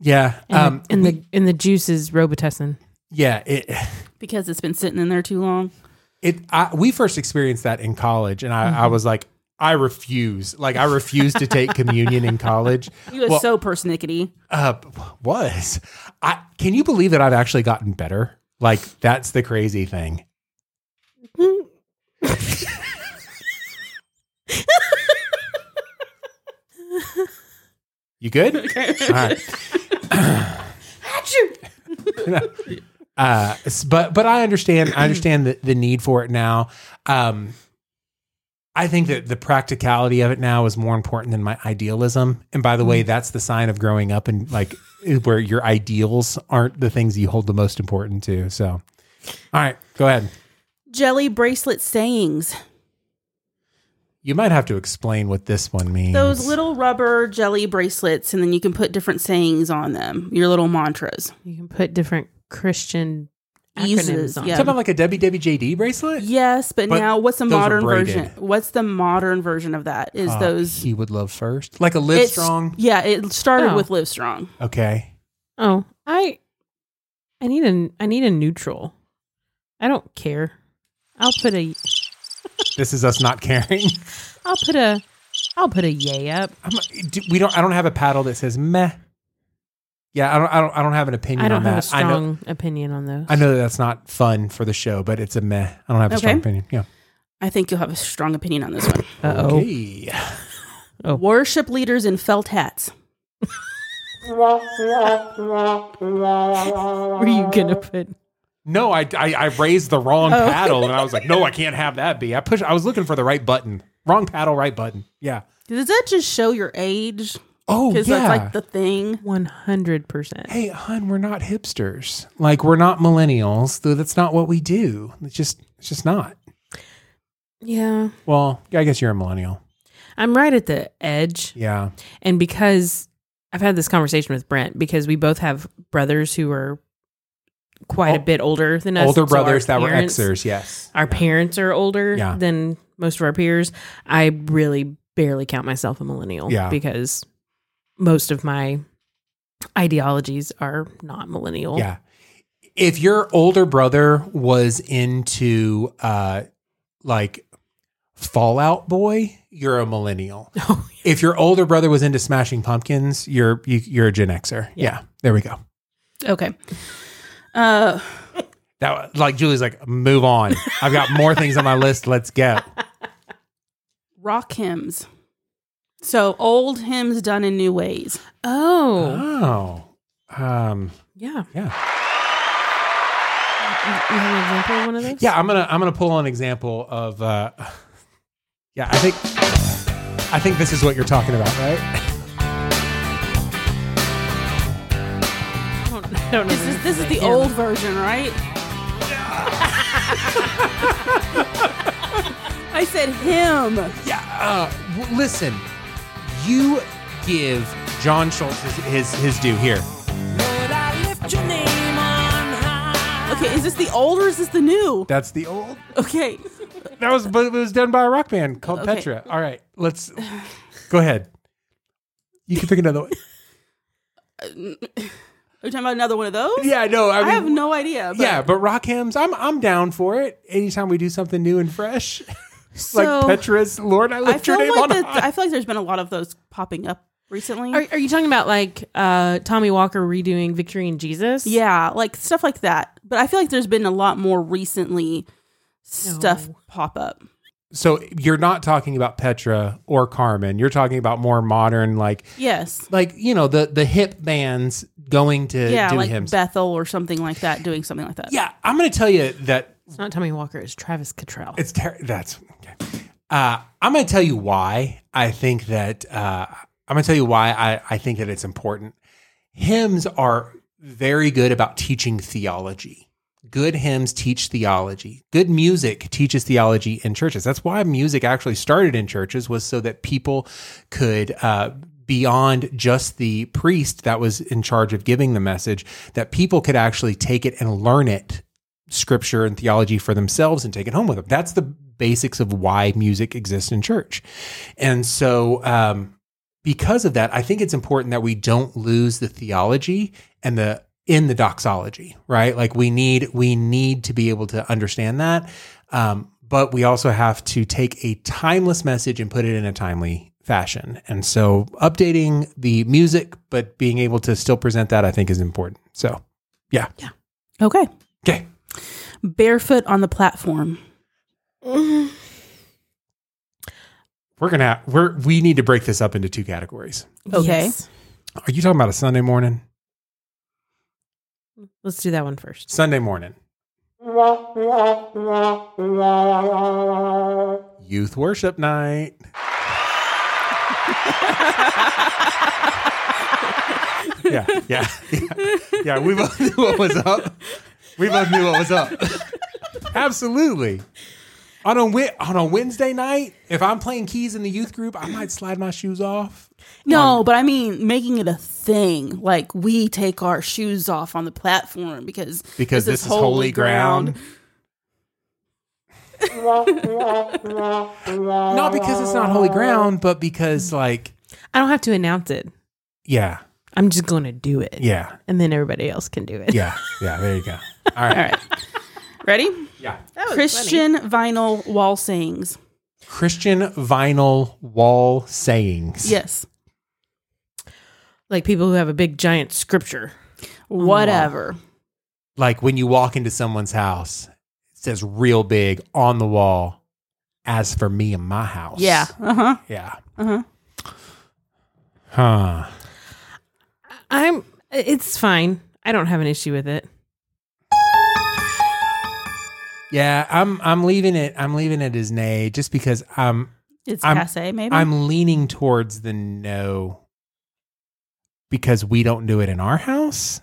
[SPEAKER 1] Yeah,
[SPEAKER 2] And,
[SPEAKER 1] um,
[SPEAKER 2] the, and the and the juice is Robitussin.
[SPEAKER 1] yeah. It,
[SPEAKER 3] Because it's been sitting in there too long.
[SPEAKER 1] it I, we first experienced that in college and I, I was like i refuse like i refuse to take communion in college
[SPEAKER 3] You was
[SPEAKER 1] Well-
[SPEAKER 3] so persnickety.
[SPEAKER 1] uh was i can you believe that i've actually gotten better like that's the crazy thing you good all right uh, s- but but I understand I understand the, the need for it now. Um, I think that the practicality of it now is more important than my idealism. And by the way,
[SPEAKER 3] Mm-hmm.
[SPEAKER 1] that's the sign of growing up and like where your ideals aren't the things you hold the most important to. So, all right, go ahead.
[SPEAKER 3] Jelly bracelet sayings.
[SPEAKER 1] You might have to explain what this one means.
[SPEAKER 3] Those little rubber jelly bracelets, and then you can put different sayings on them, your little mantras.
[SPEAKER 2] You can put different Christian acronyms
[SPEAKER 3] Uses,
[SPEAKER 2] on.
[SPEAKER 3] yeah.
[SPEAKER 2] it.
[SPEAKER 1] Talking about like a WWJD bracelet.
[SPEAKER 3] Yes, but,
[SPEAKER 1] But
[SPEAKER 3] now what's the
[SPEAKER 1] those are
[SPEAKER 3] modern
[SPEAKER 1] braided.
[SPEAKER 3] version? What's the modern version of that? Is
[SPEAKER 1] Uh,
[SPEAKER 3] those
[SPEAKER 1] he would love first, like a live
[SPEAKER 3] It's-
[SPEAKER 1] strong.
[SPEAKER 3] Yeah, it started
[SPEAKER 2] Oh.
[SPEAKER 3] with Live Strong.
[SPEAKER 1] Okay,
[SPEAKER 2] Oh, I I need a I need a neutral. I don't care. I'll put a
[SPEAKER 1] this is us not caring.
[SPEAKER 2] I'll put a I'll put a yay up.
[SPEAKER 1] I'm, do, we don't. I don't have a paddle that says meh. Yeah, I don't. I don't. I don't have an opinion
[SPEAKER 2] I don't
[SPEAKER 1] on
[SPEAKER 2] have
[SPEAKER 1] that.
[SPEAKER 2] a
[SPEAKER 1] I know.
[SPEAKER 2] strong opinion on those.
[SPEAKER 1] I know that that's not fun for the show, but it's a meh. I don't have a strong
[SPEAKER 3] Okay.
[SPEAKER 1] opinion. Yeah.
[SPEAKER 3] I think you'll have a strong opinion on this one.
[SPEAKER 2] Uh oh.
[SPEAKER 1] Okay.
[SPEAKER 3] Worship leaders in felt hats.
[SPEAKER 2] Were you gonna put
[SPEAKER 1] No, I, I I raised the wrong
[SPEAKER 2] Oh.
[SPEAKER 1] paddle, and I was like, no, I can't have that be. I push. I was looking for the right button. Wrong paddle, right button. Yeah.
[SPEAKER 3] Does that just show your age?
[SPEAKER 1] Oh yeah.
[SPEAKER 3] Because that's like the thing.
[SPEAKER 2] One hundred percent.
[SPEAKER 1] hey, hun, we're not hipsters. Like we're not millennials. Though that's not what we do. It's just it's just not.
[SPEAKER 2] Yeah,
[SPEAKER 1] Well, I guess you're a millennial.
[SPEAKER 2] I'm right at the edge.
[SPEAKER 1] Yeah.
[SPEAKER 2] and because I've had this conversation with Brent because we both have brothers who are quite a
[SPEAKER 1] Ol-
[SPEAKER 2] bit older than us.
[SPEAKER 1] Older
[SPEAKER 2] so our
[SPEAKER 1] brothers that
[SPEAKER 2] parents-
[SPEAKER 1] were exers. Yes.
[SPEAKER 2] Our parents are older
[SPEAKER 1] Yeah.
[SPEAKER 2] than most of our peers. I really barely count myself a millennial
[SPEAKER 1] Yeah.
[SPEAKER 2] because most of my ideologies are not millennial.
[SPEAKER 1] Yeah. If your older brother was into uh like Fallout Boy, you're a millennial.
[SPEAKER 2] Oh,
[SPEAKER 1] If your older brother was into Smashing Pumpkins, you're you, you're a Gen Xer. Yeah. There we go.
[SPEAKER 3] Okay. Uh,
[SPEAKER 1] That like Julie's like move on. I've got more things on my list. Let's go.
[SPEAKER 3] rock hymns. So old hymns done in new ways.
[SPEAKER 2] oh
[SPEAKER 1] Oh. Um
[SPEAKER 2] yeah.
[SPEAKER 1] yeah.
[SPEAKER 2] You you have an example of one of those?
[SPEAKER 1] Yeah, I'm gonna I'm gonna pull an example of. Uh, yeah, I think I think this is what you're talking about, right?
[SPEAKER 2] I don't, I don't know.
[SPEAKER 3] This is this is the
[SPEAKER 2] Yeah.
[SPEAKER 3] old version, right? I said him.
[SPEAKER 1] Yeah. Uh, w- listen, you give John Schultz his his, his due here.
[SPEAKER 3] Okay, is this the old or is this the new?
[SPEAKER 1] That's the old.
[SPEAKER 3] Okay.
[SPEAKER 1] That was but it was done by a rock band called
[SPEAKER 3] Okay.
[SPEAKER 1] Petra. All right, let's go ahead. You can pick another one.
[SPEAKER 3] Are you talking about another one of those?
[SPEAKER 1] Yeah, no, I,
[SPEAKER 3] I
[SPEAKER 1] mean,
[SPEAKER 3] have no idea. But
[SPEAKER 1] yeah, but rock hymns. I'm I'm down for it. Anytime we do something new and fresh, like Petra's. Lord, I
[SPEAKER 3] I
[SPEAKER 1] lift
[SPEAKER 3] feel
[SPEAKER 1] your name
[SPEAKER 3] like
[SPEAKER 1] on
[SPEAKER 3] that,
[SPEAKER 1] high.
[SPEAKER 3] I feel like there's been a lot of those popping up recently.
[SPEAKER 2] Are, are you talking about like uh, Tommy Walker redoing Victory in Jesus?
[SPEAKER 3] yeah, like stuff like that. But I feel like there's been a lot more recently stuff
[SPEAKER 2] No.
[SPEAKER 3] pop up.
[SPEAKER 1] so you're not talking about Petra or Carmen. You're talking about more modern, like
[SPEAKER 3] Yes.
[SPEAKER 1] like you know the the hip bands going to
[SPEAKER 3] Yeah,
[SPEAKER 1] do
[SPEAKER 3] like
[SPEAKER 1] hymns.
[SPEAKER 3] Bethel or something like that, doing something like that.
[SPEAKER 1] yeah, I'm going to tell you that
[SPEAKER 2] It's not Tommy Walker, it's Travis Cottrell.
[SPEAKER 1] it's ter- that's okay. Uh, I'm going to tell you why I think that uh, I'm going to tell you why I I think that it's important. Hymns are very good about teaching theology. Good hymns teach theology. Good music teaches theology in churches. That's why music actually started in churches was so that people could uh, beyond just the priest that was in charge of giving the message, that people could actually take it and learn it scripture and theology for themselves and take it home with them. That's the basics of why music exists in church. And so, um, because of that, I think it's important that we don't lose the theology and the in the doxology, right? Like we need we need to be able to understand that, um, but we also have to take a timeless message and put it in a timely fashion. And so, updating the music but being able to still present that, I think, is important. So, yeah,
[SPEAKER 3] Okay.
[SPEAKER 1] okay.
[SPEAKER 3] Barefoot on the platform.
[SPEAKER 1] We're gonna have, we're we need to break this up into two categories.
[SPEAKER 3] Okay.
[SPEAKER 2] Yes.
[SPEAKER 1] Are you talking about a Sunday morning?
[SPEAKER 2] Let's do that one first.
[SPEAKER 1] Sunday morning. Youth worship night. yeah, yeah, yeah, yeah. We both knew what was up. We both knew what was up. Absolutely. On a Wed- on a Wednesday night, if I'm playing keys in the youth group, I might slide my shoes off.
[SPEAKER 3] No, but I mean making it a thing. Like we take our shoes off on the platform because
[SPEAKER 1] Because this is holy ground. Not because it's not holy ground, but because like
[SPEAKER 2] I don't have to announce it.
[SPEAKER 1] yeah,
[SPEAKER 2] I'm just going to do it.
[SPEAKER 1] yeah,
[SPEAKER 2] And then everybody else can do it.
[SPEAKER 1] yeah, yeah. There you go. All
[SPEAKER 3] All
[SPEAKER 1] right.
[SPEAKER 3] right. Ready?
[SPEAKER 1] Yeah.
[SPEAKER 3] Christian vinyl wall sayings.
[SPEAKER 1] Christian vinyl wall sayings.
[SPEAKER 3] Yes.
[SPEAKER 2] Like people who have a big giant scripture.
[SPEAKER 1] Mm.
[SPEAKER 3] Whatever.
[SPEAKER 1] Like when you walk into someone's house, it says real big on the wall. As for me and my house.
[SPEAKER 3] Yeah. Uh huh.
[SPEAKER 1] Yeah.
[SPEAKER 3] Uh huh.
[SPEAKER 1] Huh.
[SPEAKER 2] I'm it's fine. I don't have an issue with it.
[SPEAKER 1] Yeah, I'm I'm leaving it. I'm leaving it as nay, just because I'm
[SPEAKER 3] It's
[SPEAKER 1] I'm-
[SPEAKER 3] passe, maybe.
[SPEAKER 1] I'm leaning towards the no because we don't do it in our house.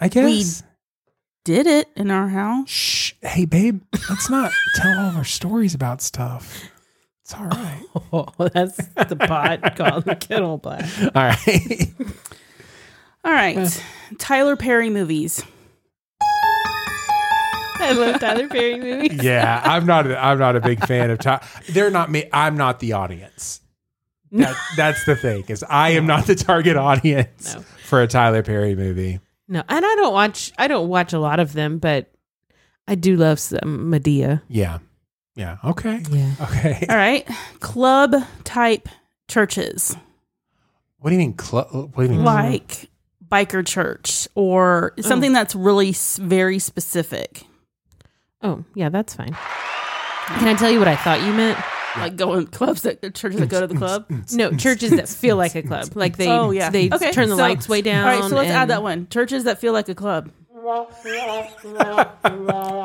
[SPEAKER 1] I guess.
[SPEAKER 3] Did it in our house.
[SPEAKER 1] Shh. Hey, babe. Let's not tell all of our stories about stuff. It's all right.
[SPEAKER 2] Oh, that's the pot called the kettle black.
[SPEAKER 1] All right.
[SPEAKER 3] All right, Tyler Perry movies.
[SPEAKER 2] I love Tyler Perry movies.
[SPEAKER 1] yeah, I'm not. A, I'm not a big fan of Tyler. They're not me. I'm not the audience. That, that's the thing is I am not the target audience
[SPEAKER 2] No.
[SPEAKER 1] for a Tyler Perry movie.
[SPEAKER 2] No, and I don't watch. I don't watch a lot of them, but I do love some Medea.
[SPEAKER 1] Yeah. Yeah. Okay.
[SPEAKER 2] Yeah.
[SPEAKER 1] Okay.
[SPEAKER 3] All right, club type churches
[SPEAKER 1] What do you mean? Cl- what do you
[SPEAKER 3] Mm-hmm.
[SPEAKER 1] mean?
[SPEAKER 3] like biker church or something that's really s- very specific,
[SPEAKER 2] Oh, yeah, that's fine. Can I tell you what I thought you meant?
[SPEAKER 3] like going clubs that churches that go to the club.
[SPEAKER 2] No, churches that feel like a club, like they
[SPEAKER 3] Mm-hmm. oh yeah,
[SPEAKER 2] they
[SPEAKER 3] Okay,
[SPEAKER 2] turn the
[SPEAKER 3] so-
[SPEAKER 2] lights way down.
[SPEAKER 3] All right, so let's add
[SPEAKER 2] and
[SPEAKER 3] that one: churches that feel like a club.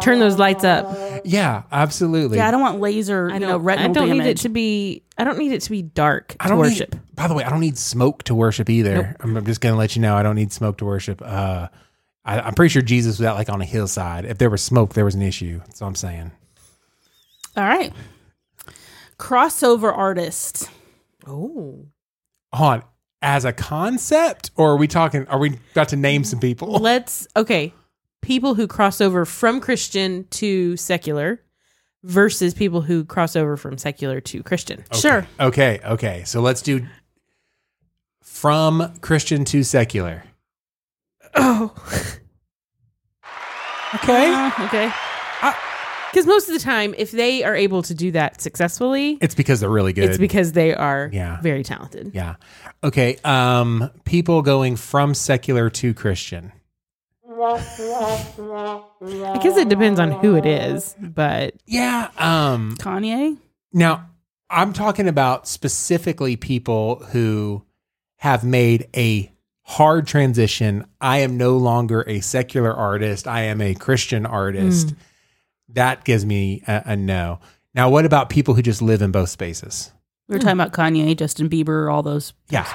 [SPEAKER 2] Turn those lights up.
[SPEAKER 1] Yeah. Absolutely.
[SPEAKER 3] Yeah, I don't want laser,
[SPEAKER 2] I
[SPEAKER 3] you
[SPEAKER 2] don't.
[SPEAKER 3] know, retinal
[SPEAKER 2] I don't
[SPEAKER 3] damage.
[SPEAKER 2] need it to be. I don't need it to be dark
[SPEAKER 1] I
[SPEAKER 2] to
[SPEAKER 1] don't
[SPEAKER 2] worship.
[SPEAKER 1] Need, by the way, I don't need smoke to worship either. I'm, I'm just gonna let you know I don't need smoke to worship. Uh, I, I'm pretty sure Jesus was out like on a hillside. If there was smoke, there was an issue. That's what I'm saying.
[SPEAKER 3] All right, crossover artists.
[SPEAKER 2] oh,
[SPEAKER 1] Hold on. As a concept, or are we talking? Are we about to name some people?
[SPEAKER 2] let's okay. People who cross over from Christian to secular versus people who cross over from secular to Christian.
[SPEAKER 3] Sure.
[SPEAKER 1] Okay, okay. So let's do from Christian to secular.
[SPEAKER 2] Oh,
[SPEAKER 1] Okay,
[SPEAKER 3] Uh, okay.
[SPEAKER 2] because most of the time, if they are able to do that successfully,
[SPEAKER 1] it's because they're really good.
[SPEAKER 2] it's because they are
[SPEAKER 1] Yeah.
[SPEAKER 2] very talented.
[SPEAKER 1] yeah. Okay. Um, people going from secular to Christian.
[SPEAKER 2] I guess it depends on who it is, but
[SPEAKER 1] Yeah. Um.
[SPEAKER 3] Kanye.
[SPEAKER 1] Now, I'm talking about specifically people who have made a hard transition. I am no longer a secular artist, I am a Christian artist. That gives me a, a no. Now, what about people who just live in both spaces?
[SPEAKER 3] We were talking about Kanye, Justin Bieber, all those.
[SPEAKER 1] Yeah.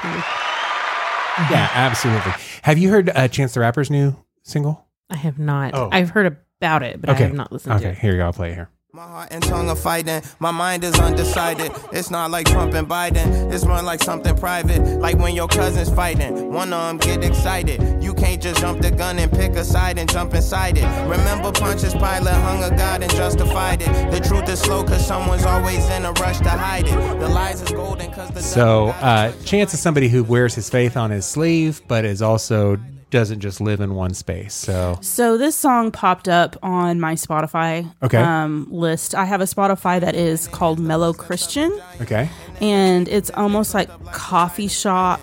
[SPEAKER 1] Yeah, absolutely. Have you heard uh, Chance the Rapper's new single?
[SPEAKER 2] I have not.
[SPEAKER 1] Oh.
[SPEAKER 2] I've heard about it, but
[SPEAKER 1] Okay.
[SPEAKER 2] I have not listened to
[SPEAKER 1] Okay,
[SPEAKER 2] it.
[SPEAKER 1] here you go. I'll play it here.
[SPEAKER 5] My heart and tongue are fighting. My mind is undecided. It's not like Trump and Biden. It's run like something private. Like when your cousin's fighting. One of them get excited. You can't just jump the gun and pick a side and jump inside it. Remember Pontius Pilate hung a god and justified it. The truth is slow cause someone's always in a rush to hide it. The lies is golden cause the
[SPEAKER 1] So,
[SPEAKER 5] devil got
[SPEAKER 1] uh,
[SPEAKER 5] it.
[SPEAKER 1] Chance is somebody who wears his faith on his sleeve, but is also doesn't just live in one space. So,
[SPEAKER 3] So this song popped up on my Spotify
[SPEAKER 1] Okay.
[SPEAKER 3] um, list. I have a Spotify that is called Mellow Christian,
[SPEAKER 1] okay.
[SPEAKER 3] and it's almost like coffee shop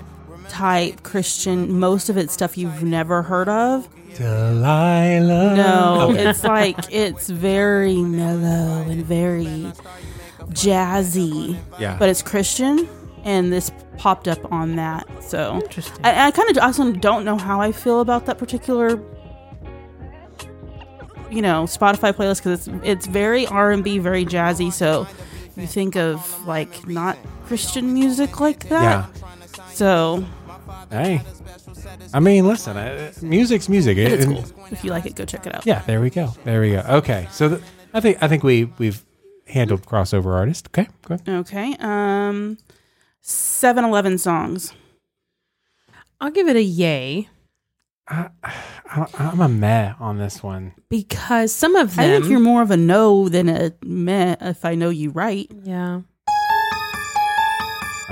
[SPEAKER 3] type Christian. Most of it's stuff you've never heard of.
[SPEAKER 1] Delilah. Oh.
[SPEAKER 3] No, it's like it's very mellow and very jazzy.
[SPEAKER 1] Yeah.
[SPEAKER 3] But it's Christian, and this popped up on that. So
[SPEAKER 2] Interesting.
[SPEAKER 3] I, I kind of also don't know how I feel about that particular, you know, Spotify playlist because it's it's very R and B, very jazzy. So you think of like not Christian music like
[SPEAKER 1] Yeah.
[SPEAKER 3] that. So
[SPEAKER 1] Hey. I mean, listen, uh, music's music. It-
[SPEAKER 3] it's
[SPEAKER 1] and-
[SPEAKER 3] cool. If you like it, go check it out.
[SPEAKER 1] Yeah, there we go. There we go. Okay. So th- I think I think we we've handled crossover artist. Okay. Go ahead.
[SPEAKER 3] Okay. Um, Seven Eleven songs.
[SPEAKER 2] I'll give it a yay
[SPEAKER 1] I, I'm a meh on this one.
[SPEAKER 2] because some of
[SPEAKER 3] I
[SPEAKER 2] them.
[SPEAKER 3] think you're more of a no than a meh if I know you right.
[SPEAKER 2] yeah.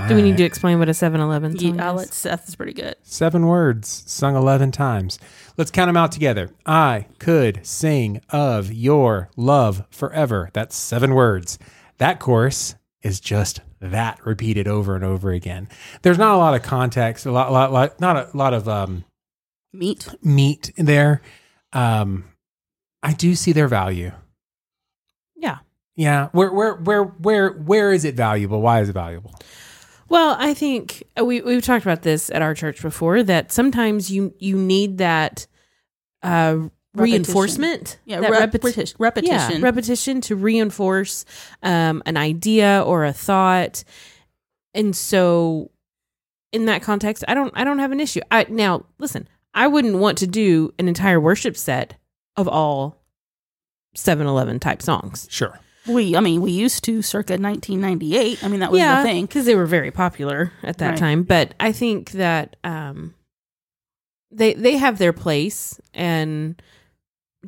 [SPEAKER 2] Do we need to explain what a 7-Eleven song
[SPEAKER 3] Yeah, I'll
[SPEAKER 2] is?
[SPEAKER 3] let Seth is pretty good.
[SPEAKER 1] Seven words sung 11 times. Let's count them out together. I could sing of your love forever. That's seven words. That chorus is just that repeated over and over again. There's not a lot of context, a lot, lot, lot not a lot of um,
[SPEAKER 3] Meat.
[SPEAKER 1] meat in there. Um, I do see their value.
[SPEAKER 2] Yeah.
[SPEAKER 1] Yeah, where, where, where, where, where is it valuable? Why is it valuable?
[SPEAKER 2] Well, I think uh, we we've talked about this at our church before that sometimes you you need that uh
[SPEAKER 3] Repetition.
[SPEAKER 2] reinforcement.
[SPEAKER 3] Yeah,
[SPEAKER 2] That
[SPEAKER 3] rep-
[SPEAKER 2] repeti-
[SPEAKER 3] repeti- repetition.
[SPEAKER 2] Yeah, repetition to reinforce um, an idea or a thought. And so, in that context, I don't, I don't have an issue. I now listen. I wouldn't want to do an entire worship set of all 7-Eleven type songs.
[SPEAKER 1] Sure.
[SPEAKER 3] We, I mean, we used to circa 1998. I mean, that was the thing.
[SPEAKER 2] because they were very popular at that
[SPEAKER 3] Right.
[SPEAKER 2] time. But I think that um, they they have their place, and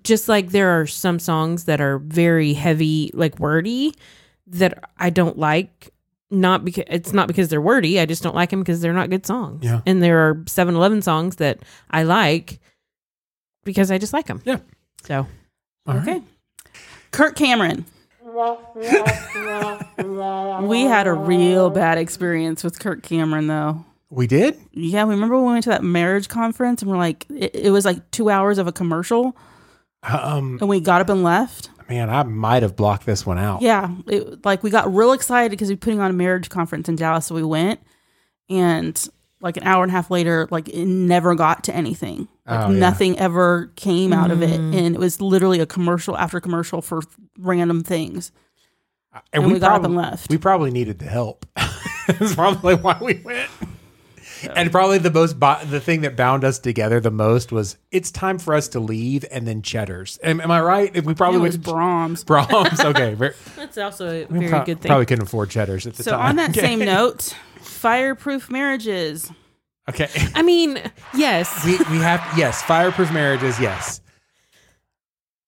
[SPEAKER 2] just like there are some songs that are very heavy, like wordy, that I don't like. Not because it's not because they're wordy. I just don't like them because they're not good songs.
[SPEAKER 1] Yeah.
[SPEAKER 2] And there are 7-Eleven songs that I like because I just like them.
[SPEAKER 1] Yeah.
[SPEAKER 2] So
[SPEAKER 1] All right.
[SPEAKER 3] Okay. Kirk Cameron. we had a real bad experience with Kirk Cameron, though.
[SPEAKER 1] We did?
[SPEAKER 3] Yeah, we remember when we went to that marriage conference and we're like, it, it was like two hours of a commercial
[SPEAKER 1] Um,
[SPEAKER 3] and we got up and left.
[SPEAKER 1] man, I might have blocked this one out.
[SPEAKER 3] Yeah, it, like we got real excited because we were putting on a marriage conference in Dallas, so we went, and like an hour and a half later, like it never got to anything. Like
[SPEAKER 1] Oh, yeah.
[SPEAKER 3] nothing ever came out of it, and it was literally a commercial after commercial for random things. And we got up and left.
[SPEAKER 1] We probably needed the help. That's probably why we went. And probably the most bo- the thing that bound us together the most was it's time for us to leave and then Cheddar's. Am, am I right? We
[SPEAKER 3] It
[SPEAKER 1] probably
[SPEAKER 3] was
[SPEAKER 1] went
[SPEAKER 3] Brahms.
[SPEAKER 1] Brahms. Okay, very,
[SPEAKER 2] that's also a very
[SPEAKER 1] pro-
[SPEAKER 2] good thing.
[SPEAKER 1] Probably couldn't afford Cheddar's at the
[SPEAKER 3] So
[SPEAKER 1] time.
[SPEAKER 3] on that
[SPEAKER 1] okay.
[SPEAKER 3] same note, fireproof marriages.
[SPEAKER 1] okay,
[SPEAKER 2] I mean, yes.
[SPEAKER 1] we we have yes, fireproof marriages. Yes,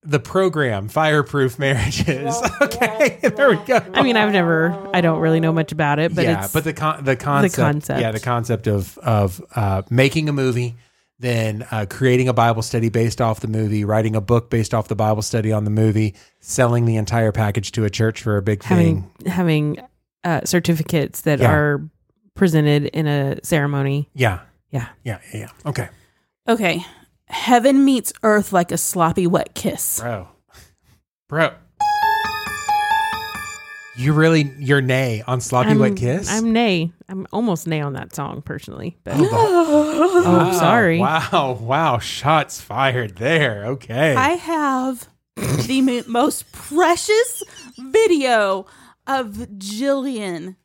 [SPEAKER 1] the program fireproof marriages. Okay, there we go.
[SPEAKER 2] I mean, I've never, I don't really know much about it, but
[SPEAKER 1] yeah,
[SPEAKER 2] it's,
[SPEAKER 1] but the con- the concept,
[SPEAKER 2] concept.
[SPEAKER 1] yeah, the concept of of uh, making a movie, then uh, creating a Bible study based off the movie, writing a book based off the Bible study on the movie, selling the entire package to a church for a big
[SPEAKER 2] having
[SPEAKER 1] thing.
[SPEAKER 2] having uh, certificates that
[SPEAKER 1] Yeah.
[SPEAKER 2] are presented in a ceremony.
[SPEAKER 1] Yeah,
[SPEAKER 2] Yeah,
[SPEAKER 1] yeah, yeah. yeah. Okay,
[SPEAKER 3] Okay, heaven meets earth like a sloppy wet kiss.
[SPEAKER 1] bro, bro. You really, you're nay on sloppy
[SPEAKER 2] I'm,
[SPEAKER 1] wet kiss.
[SPEAKER 2] I'm nay. I'm almost nay on that song personally. But
[SPEAKER 1] Oh, the-
[SPEAKER 2] oh,
[SPEAKER 1] wow,
[SPEAKER 2] sorry.
[SPEAKER 1] Wow, wow, shots fired there. Okay,
[SPEAKER 3] I have the mo- most precious video of Jillian,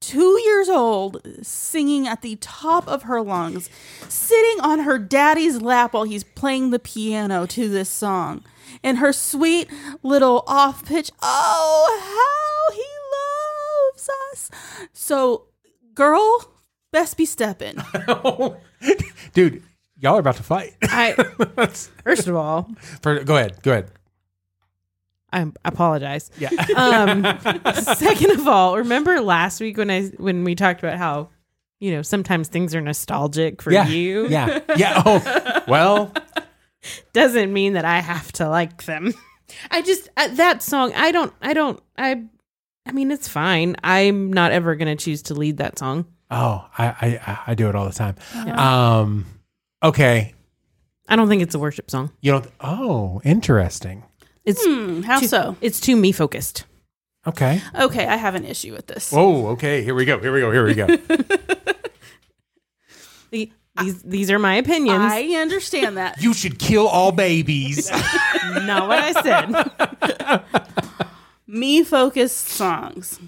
[SPEAKER 3] two years old, singing at the top of her lungs, sitting on her daddy's lap while he's playing the piano to this song. And her sweet little off pitch, oh, how he loves us. So, girl, best be stepping.
[SPEAKER 1] dude, y'all are about to fight.
[SPEAKER 2] I
[SPEAKER 1] That's-
[SPEAKER 2] first of all,
[SPEAKER 1] For, go ahead. Go ahead.
[SPEAKER 2] I apologize.
[SPEAKER 1] Yeah.
[SPEAKER 2] Um, second of all, remember last week when I when we talked about how you know sometimes things are nostalgic for
[SPEAKER 1] yeah.
[SPEAKER 2] you.
[SPEAKER 1] Yeah. Yeah. Oh, well,
[SPEAKER 2] doesn't mean that I have to like them. I just uh, that song. I don't. I don't. I. I mean, it's fine. I'm not ever gonna choose to lead that song.
[SPEAKER 1] oh, I, I, I do it all the time. Um, okay.
[SPEAKER 2] I don't think it's a worship song.
[SPEAKER 1] You don't, oh, interesting.
[SPEAKER 2] It's
[SPEAKER 3] Hmm, how
[SPEAKER 2] too,
[SPEAKER 3] so?
[SPEAKER 2] It's too me focused.
[SPEAKER 1] Okay.
[SPEAKER 3] Okay, I have an issue with this.
[SPEAKER 1] Oh, okay. Here we go. Here we go. Here we go.
[SPEAKER 2] The, these these are my opinions.
[SPEAKER 3] I understand that.
[SPEAKER 1] you should kill all babies.
[SPEAKER 2] not what I said.
[SPEAKER 3] me focused songs.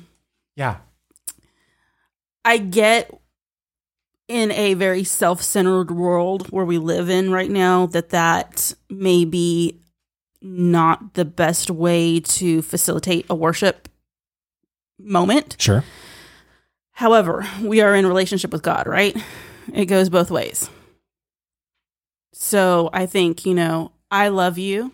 [SPEAKER 1] yeah.
[SPEAKER 3] I get in a very self centered world where we live in right now that that may be not the best way to facilitate a worship moment.
[SPEAKER 1] Sure.
[SPEAKER 3] However, we are in relationship with God, right? It goes both ways. So I think, you know, I love you.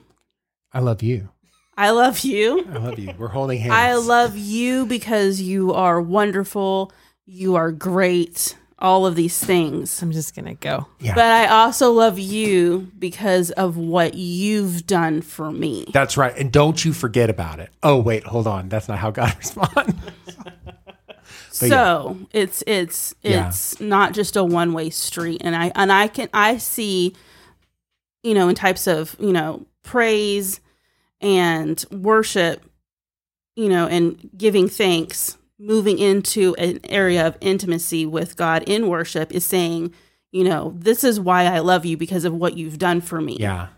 [SPEAKER 1] I love you.
[SPEAKER 3] I love you.
[SPEAKER 1] I love you. We're holding hands.
[SPEAKER 3] I love you because you are wonderful. You are great. All of these things.
[SPEAKER 2] I'm just gonna go.
[SPEAKER 1] Yeah.
[SPEAKER 3] But I also love you because of what you've done for me.
[SPEAKER 1] That's right. And don't you forget about it. Oh, wait. Hold on. That's not how God responds.
[SPEAKER 3] so it's it's
[SPEAKER 1] Yeah.
[SPEAKER 3] it's not just a one way street. And I and I can I see, you know, in types of you know praise and worship, you know, and giving thanks, moving into an area of intimacy with God in worship is saying, you know, this is why I love you because of what you've done for me.
[SPEAKER 1] yeah.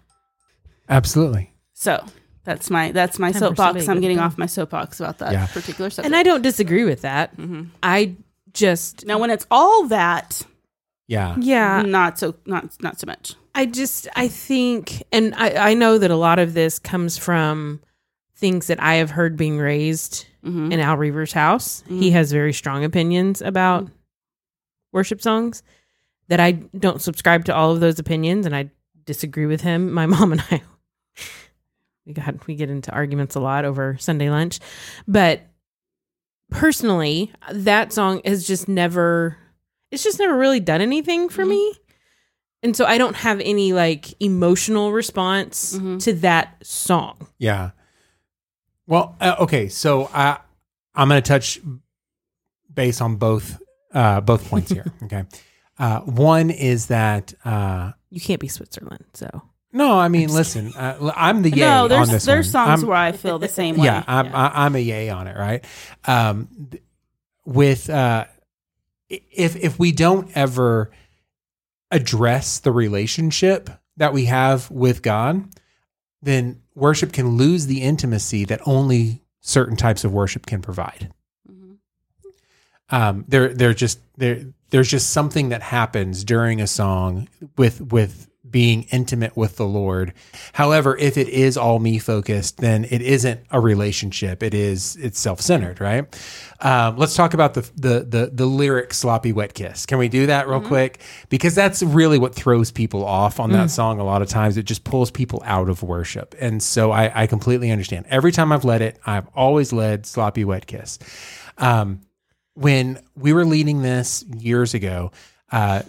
[SPEAKER 1] Absolutely.
[SPEAKER 3] So that's my that's my
[SPEAKER 2] of
[SPEAKER 3] soapbox.
[SPEAKER 2] a
[SPEAKER 3] I'm
[SPEAKER 2] good
[SPEAKER 3] getting
[SPEAKER 2] thing.
[SPEAKER 3] off my soapbox about that
[SPEAKER 1] Yeah.
[SPEAKER 3] particular subject. Mm-hmm.
[SPEAKER 2] And I don't disagree with that. I just
[SPEAKER 3] now, when it's all that,
[SPEAKER 1] Yeah.
[SPEAKER 2] yeah,
[SPEAKER 3] not so not not so much.
[SPEAKER 2] I just I think and I I know that a lot of this comes from things that I have heard being raised
[SPEAKER 3] Mm-hmm.
[SPEAKER 2] in Al Reaver's house. He has very strong opinions about worship songs that I don't subscribe to all of those opinions and I disagree with him. My mom and I we got we get into arguments a lot over Sunday lunch, but personally, that song has just never it's just never really done anything for me. And so I don't have any like emotional response to that song.
[SPEAKER 1] Yeah. Well, uh, okay, so I I'm going to touch base on both uh, both points here. Okay, uh, one is that uh,
[SPEAKER 2] You can't be Switzerland, so
[SPEAKER 1] no, I mean, listen, uh, l- I'm the yay
[SPEAKER 3] no,
[SPEAKER 1] on
[SPEAKER 3] there's
[SPEAKER 1] this.
[SPEAKER 3] there's
[SPEAKER 1] one.
[SPEAKER 3] songs
[SPEAKER 1] I'm-
[SPEAKER 3] where I feel the same way.
[SPEAKER 1] yeah, I'm, I, I'm a yay on it, right? Um, th- with uh, i- if if we don't ever address the relationship that we have with God, then worship can lose the intimacy that only certain types of worship can provide.
[SPEAKER 3] Mm-hmm.
[SPEAKER 1] Um, there, there just there, there's just something that happens during a song with with being intimate with the Lord. However, if it is all me focused, then it isn't a relationship. It is it's self centered, right? Um, let's talk about the, the the the lyric "sloppy wet kiss." Can we do that real quick? Because that's really what throws people off on that song. A lot of times, it just pulls people out of worship, and so I, I completely understand. Every time I've led it, I've always led "sloppy wet kiss." Um, when we were leading this years ago, uh,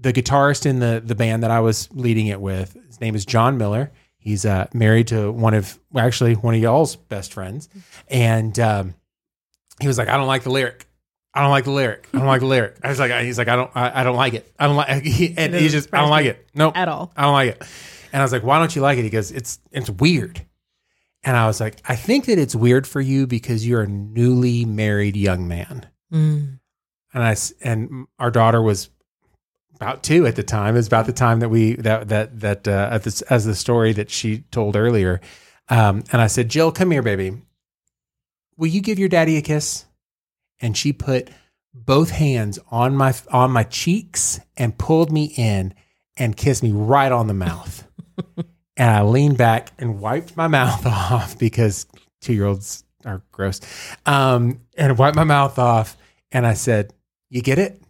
[SPEAKER 1] the guitarist in the the band that I was leading it with, his name is John Miller. He's uh, married to one of well, actually one of y'all's best friends, and um, he was like, "I don't like the lyric. I don't like the lyric. I don't like the lyric." I was like, I- "He's like, I don't, I, I don't like it. I don't like." He, and he's just, "I don't like it. Nope,
[SPEAKER 2] at all.
[SPEAKER 1] I don't like it." And I was like, "Why don't you like it?" He goes, "It's it's weird." And I was like, "I think that it's weird for you because you're a newly married young man."
[SPEAKER 2] Mm.
[SPEAKER 1] and I s- and our daughter was about two at the time. It was about the time that we that that that uh, at this, as the story that she told earlier. Um, and I said, Jill, come here, baby. Will you give your daddy a kiss? And she put both hands on my on my cheeks and pulled me in and kissed me right on the mouth. and I leaned back and wiped my mouth off because two year olds are gross. Um, and wiped my mouth off. And I said, You get it?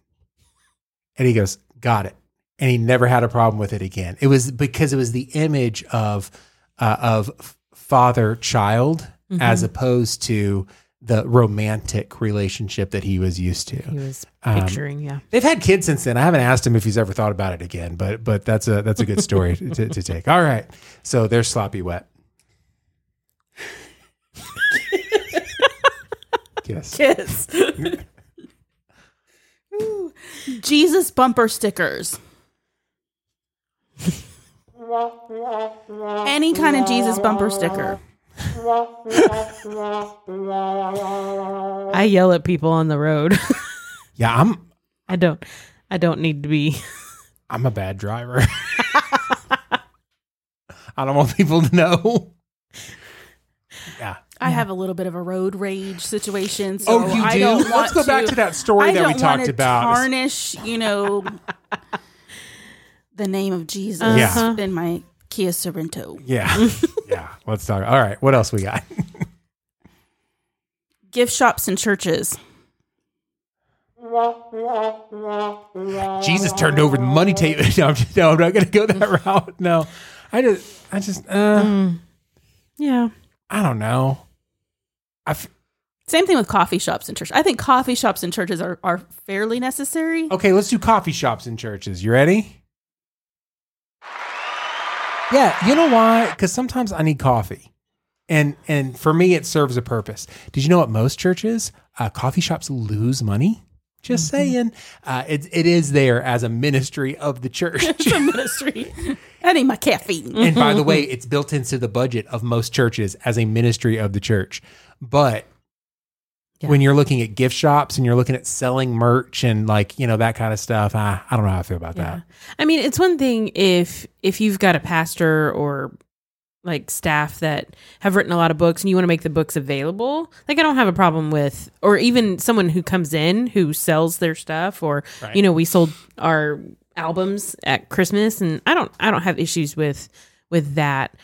[SPEAKER 1] And he goes, Got it. And he never had a problem with it again. It was because it was the image of, uh, of father child as opposed to the romantic relationship that he was used to.
[SPEAKER 2] He was
[SPEAKER 1] Um,
[SPEAKER 2] picturing, yeah.
[SPEAKER 1] They've had kids since then. I haven't asked him if he's ever thought about it again, but but that's a that's a good story to, to take. All right, so they're sloppy wet. Yes.
[SPEAKER 3] Kiss. Ooh. Jesus bumper stickers. Any kind of Jesus bumper sticker.
[SPEAKER 2] I yell at people on the road.
[SPEAKER 1] Yeah, I'm
[SPEAKER 2] I don't I don't need to be
[SPEAKER 1] I'm a bad driver. I don't want people to know. Yeah.
[SPEAKER 3] I have a little bit of a road rage situation. So
[SPEAKER 1] Oh, you
[SPEAKER 3] I
[SPEAKER 1] do?
[SPEAKER 3] Don't
[SPEAKER 1] Let's
[SPEAKER 3] want
[SPEAKER 1] go back to that story
[SPEAKER 3] I
[SPEAKER 1] that we
[SPEAKER 3] don't wanna
[SPEAKER 1] talked about.
[SPEAKER 3] Tarnish, you know, the name of Jesus
[SPEAKER 1] Yeah.
[SPEAKER 3] in my Kia Sorento.
[SPEAKER 1] Yeah. yeah. Let's talk. All right. What else we got?
[SPEAKER 3] Gift shops and churches.
[SPEAKER 1] Jesus turned over the money tape. No, I'm, just- no, I'm not going to go that route. No. I just, I just, uh,
[SPEAKER 2] Yeah.
[SPEAKER 1] I don't know. I f-
[SPEAKER 3] Same thing with coffee shops and churches. I think coffee shops and churches are, are fairly necessary.
[SPEAKER 1] okay, let's do coffee shops and churches. You ready? Yeah, you know why? Because sometimes I need coffee, and and for me it serves a purpose. Did you know at most churches, uh, coffee shops lose money? Just saying, uh, it it is there as a ministry of the church.
[SPEAKER 3] ministry. I need my caffeine.
[SPEAKER 1] and by the way, it's built into the budget of most churches as a ministry of the church. But
[SPEAKER 2] Yeah.
[SPEAKER 1] when you're looking at gift shops and you're looking at selling merch and like you know that kind of stuff, Uh, I, I don't know how I feel about
[SPEAKER 2] Yeah. I mean, it's one thing if if you've got a pastor or like staff that have written a lot of books and you want to make the books available like i don't have a problem with or even someone who comes in who sells their stuff or you know we sold our albums at christmas and i don't i don't have issues with with that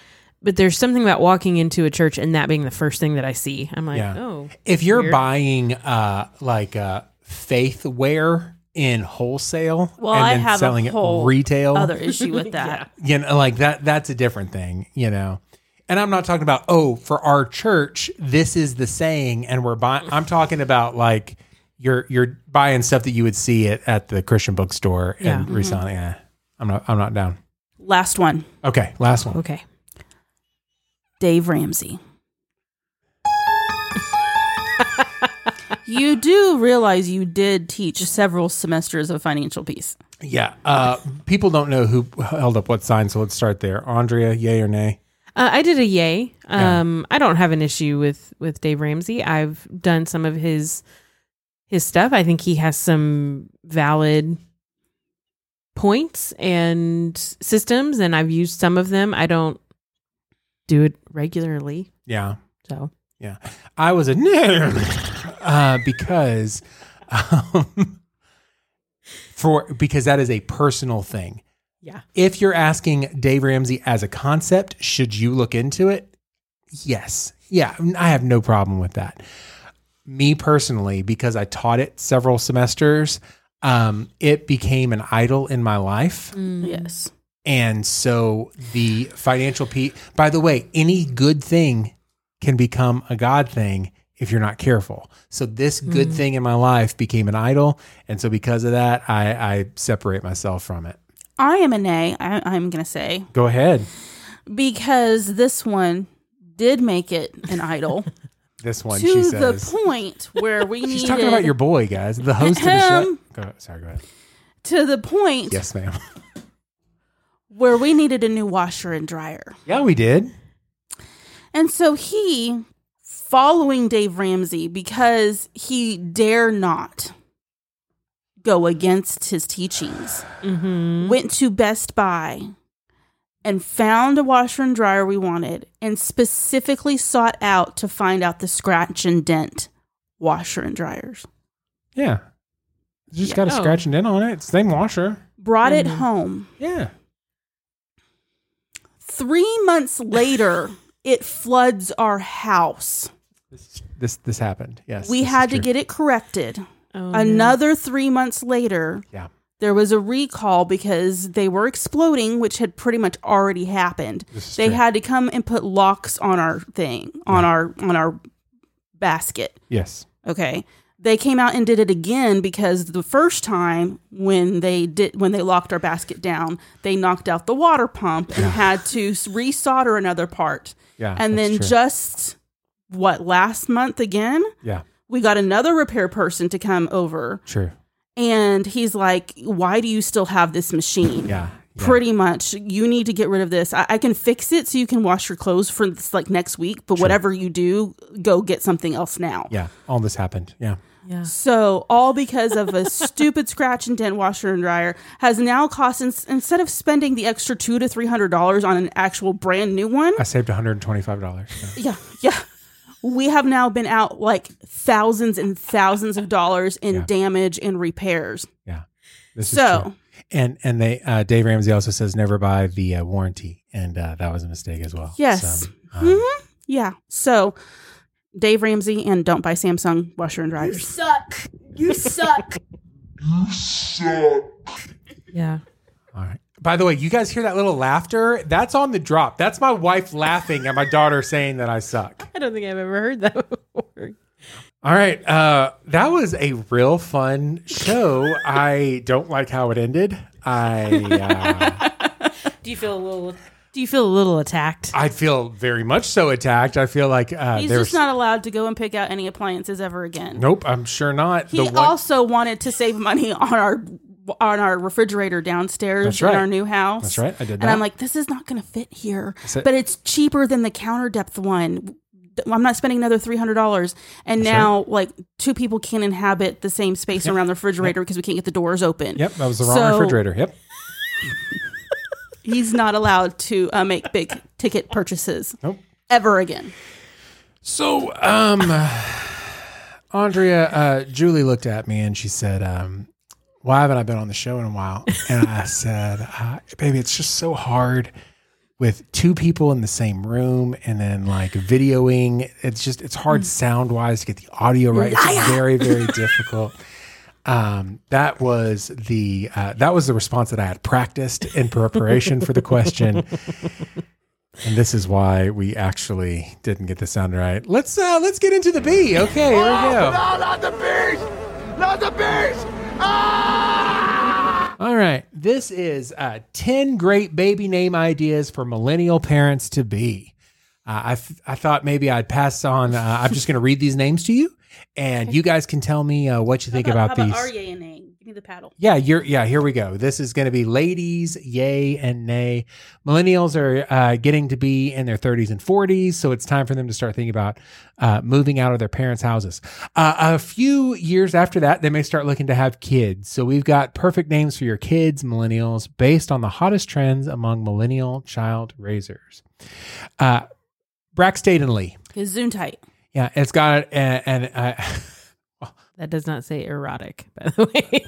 [SPEAKER 2] but there's something about walking into a church and that being the first thing that i see i'm like
[SPEAKER 1] Yeah.
[SPEAKER 2] oh
[SPEAKER 1] if you're
[SPEAKER 2] weird.
[SPEAKER 1] buying uh like uh faith wear in wholesale
[SPEAKER 3] Well,
[SPEAKER 1] and
[SPEAKER 3] I
[SPEAKER 1] then
[SPEAKER 3] have
[SPEAKER 1] selling
[SPEAKER 3] a whole
[SPEAKER 1] it retail
[SPEAKER 3] other issue with that.
[SPEAKER 1] you know like that that's a different thing you know and i'm not talking about oh for our church this is the saying and we're buying i'm talking about like you're you're buying stuff that you would see it at the christian bookstore
[SPEAKER 2] Yeah.
[SPEAKER 1] and reselling eh, i'm not i'm not down
[SPEAKER 3] Last one,
[SPEAKER 1] okay last one
[SPEAKER 2] okay
[SPEAKER 3] Dave Ramsey. you do realize you did teach several semesters of financial peace.
[SPEAKER 1] yeah uh people don't know who held up what sign so let's start there andrea yay or nay
[SPEAKER 2] Uh, I did a yay.
[SPEAKER 1] Yeah.
[SPEAKER 2] Um, I don't have an issue with with Dave Ramsey. I've done some of his his stuff. I think he has some valid points and systems, and I've used some of them. I don't do it regularly,
[SPEAKER 1] yeah
[SPEAKER 2] so
[SPEAKER 1] Yeah, I was a nerd uh, because um, for because that is a personal thing.
[SPEAKER 2] Yeah.
[SPEAKER 1] If you're asking Dave Ramsey as a concept, should you look into it? Yes. Yeah, I have no problem with that. Me personally, because I taught it several semesters, um, it became an idol in my life.
[SPEAKER 2] Mm.
[SPEAKER 3] Yes.
[SPEAKER 1] And so the financial piece, by the way, any good thing can become a God thing if you're not careful. So this
[SPEAKER 3] Mm.
[SPEAKER 1] good thing in my life became an idol. And so because of that, I, I separate myself from it.
[SPEAKER 3] I am an A, I, I'm going to say,
[SPEAKER 1] Go ahead.
[SPEAKER 3] because this one did make it an idol
[SPEAKER 1] This one, she
[SPEAKER 3] to the
[SPEAKER 1] says.
[SPEAKER 3] point where we needed
[SPEAKER 1] She's talking about your boy, guys. The host of the show.
[SPEAKER 3] Ahem.
[SPEAKER 1] Go, sorry, go ahead.
[SPEAKER 3] to the point
[SPEAKER 1] Yes, ma'am.
[SPEAKER 3] where we needed a new washer and dryer.
[SPEAKER 1] Yeah, we did.
[SPEAKER 3] And so he, following Dave Ramsey, because he dare not go against his teachings,
[SPEAKER 2] Mm-hmm.
[SPEAKER 1] Mm-hmm.
[SPEAKER 3] went to Best Buy and found a washer and dryer we wanted and specifically sought out to find out the scratch and dent washer and dryers.
[SPEAKER 1] Yeah. It's Just got a
[SPEAKER 2] Oh.
[SPEAKER 1] scratch and dent on it. Same washer.
[SPEAKER 3] Brought
[SPEAKER 1] Mm-hmm.
[SPEAKER 3] it home.
[SPEAKER 1] Yeah.
[SPEAKER 3] Three months later, it floods our house.
[SPEAKER 1] This this, this happened. Yes.
[SPEAKER 3] We
[SPEAKER 1] this is
[SPEAKER 3] had to
[SPEAKER 1] true. Mm-hmm.
[SPEAKER 3] get it corrected.
[SPEAKER 2] Oh, no.
[SPEAKER 3] Another three months later,
[SPEAKER 1] Yeah.
[SPEAKER 3] there was a recall because they were exploding, which had pretty much already happened.
[SPEAKER 1] This is
[SPEAKER 3] They
[SPEAKER 1] true.
[SPEAKER 3] had to come and put locks on our thing, on our on our basket.
[SPEAKER 1] Yes.
[SPEAKER 3] Okay. They came out and did it again because the first time when they did when they locked our basket down, they knocked out the water pump and had to s- resolder another part.
[SPEAKER 1] Yeah,
[SPEAKER 3] And
[SPEAKER 1] that's
[SPEAKER 3] then
[SPEAKER 1] true.
[SPEAKER 3] just what last month again,
[SPEAKER 1] Yeah.
[SPEAKER 3] we got another repair person to come over
[SPEAKER 1] True.
[SPEAKER 3] and he's like, "Why do you still have this machine?"
[SPEAKER 1] Yeah. yeah.
[SPEAKER 3] Pretty much, you need to get rid of this. I, I can fix it so you can wash your clothes for this, like next week. But whatever you do, go get something else now.
[SPEAKER 1] Yeah, all this happened. Yeah.
[SPEAKER 2] yeah.
[SPEAKER 3] So all because of a stupid scratch and dent washer and dryer has now cost ins- instead of spending the extra two to three hundred dollars on an actual brand new one.
[SPEAKER 1] I saved $125. Yeah.
[SPEAKER 3] yeah, yeah. We have now been out like thousands and thousands of dollars in
[SPEAKER 1] Yeah.
[SPEAKER 3] damage and repairs.
[SPEAKER 1] yeah. This
[SPEAKER 3] So-
[SPEAKER 1] true. And and they uh Dave Ramsey also says never buy the uh, warranty and uh that was a mistake as well.
[SPEAKER 3] Yes. Mm-hmm.
[SPEAKER 1] So, um,
[SPEAKER 3] Yeah. So Dave Ramsey and don't buy Samsung washer and
[SPEAKER 4] You
[SPEAKER 3] dryers.
[SPEAKER 1] Uh,
[SPEAKER 4] suck. You suck.
[SPEAKER 2] yeah.
[SPEAKER 1] all right. By the way, you guys hear that little laughter? That's on the drop. That's my wife laughing at my daughter saying that I suck.
[SPEAKER 2] I don't think I've ever heard that before.
[SPEAKER 1] All right. Uh that was a real fun show. I don't like how it ended. I uh,
[SPEAKER 2] Do you feel a little? Do you feel a little attacked?
[SPEAKER 1] I feel very much so attacked. I feel like uh
[SPEAKER 3] He's
[SPEAKER 1] there's
[SPEAKER 3] just not allowed to go and pick out any appliances ever again.
[SPEAKER 1] Nope, I'm sure not.
[SPEAKER 3] He also wanted to save money on our on our refrigerator downstairs
[SPEAKER 1] That's
[SPEAKER 3] in
[SPEAKER 1] right.
[SPEAKER 3] our new house.
[SPEAKER 1] That's right. I did
[SPEAKER 3] And
[SPEAKER 1] that.
[SPEAKER 3] I'm like, this is not going to fit here,
[SPEAKER 1] said-
[SPEAKER 3] but it's cheaper than the counter depth one. I'm not spending another three hundred dollars, and now like two people can't inhabit the same space around the refrigerator because we can't get the doors open.
[SPEAKER 1] Yep, that was the wrong
[SPEAKER 3] So-
[SPEAKER 1] refrigerator. Yep.
[SPEAKER 3] he's not allowed to uh, make big ticket purchases ever again.
[SPEAKER 1] So, um, Andrea, uh, Julie looked at me and she said, um, "Why haven't I been on the show in a while?" And I said, uh, "Baby, it's just so hard with two people in the same room and then like videoing. It's just it's
[SPEAKER 3] Mm.
[SPEAKER 1] hard sound wise to get the audio right. It's just very very difficult." Um, that was the uh, that was the response that I had practiced in preparation for the question. And this is why we actually didn't get the sound right. Let's uh let's get into the B. Okay, here we go.
[SPEAKER 6] not the beast! Not the beast!
[SPEAKER 1] All right. This is uh 10 great baby name ideas for millennial parents to be. Uh, I, f- I thought maybe I'd pass on. Uh, I'm just going to read these names to you, and you guys can tell me uh, what you think about, these.
[SPEAKER 3] name? Give me the paddle.
[SPEAKER 1] Yeah, you're yeah, here we go. This is going to be ladies, yay and nay. Millennials are uh, getting to be in their 30s and 40s, so it's time for them to start thinking about uh, moving out of their parents' houses. Uh, a few years after that, they may start looking to have kids. So we've got perfect names for your kids, millennials, based on the hottest trends among millennial child raisers. Uh, Braxton and Lee.
[SPEAKER 3] Zoom tight.
[SPEAKER 1] Yeah, it's got and, and uh,
[SPEAKER 2] That does not say erotic, by the way.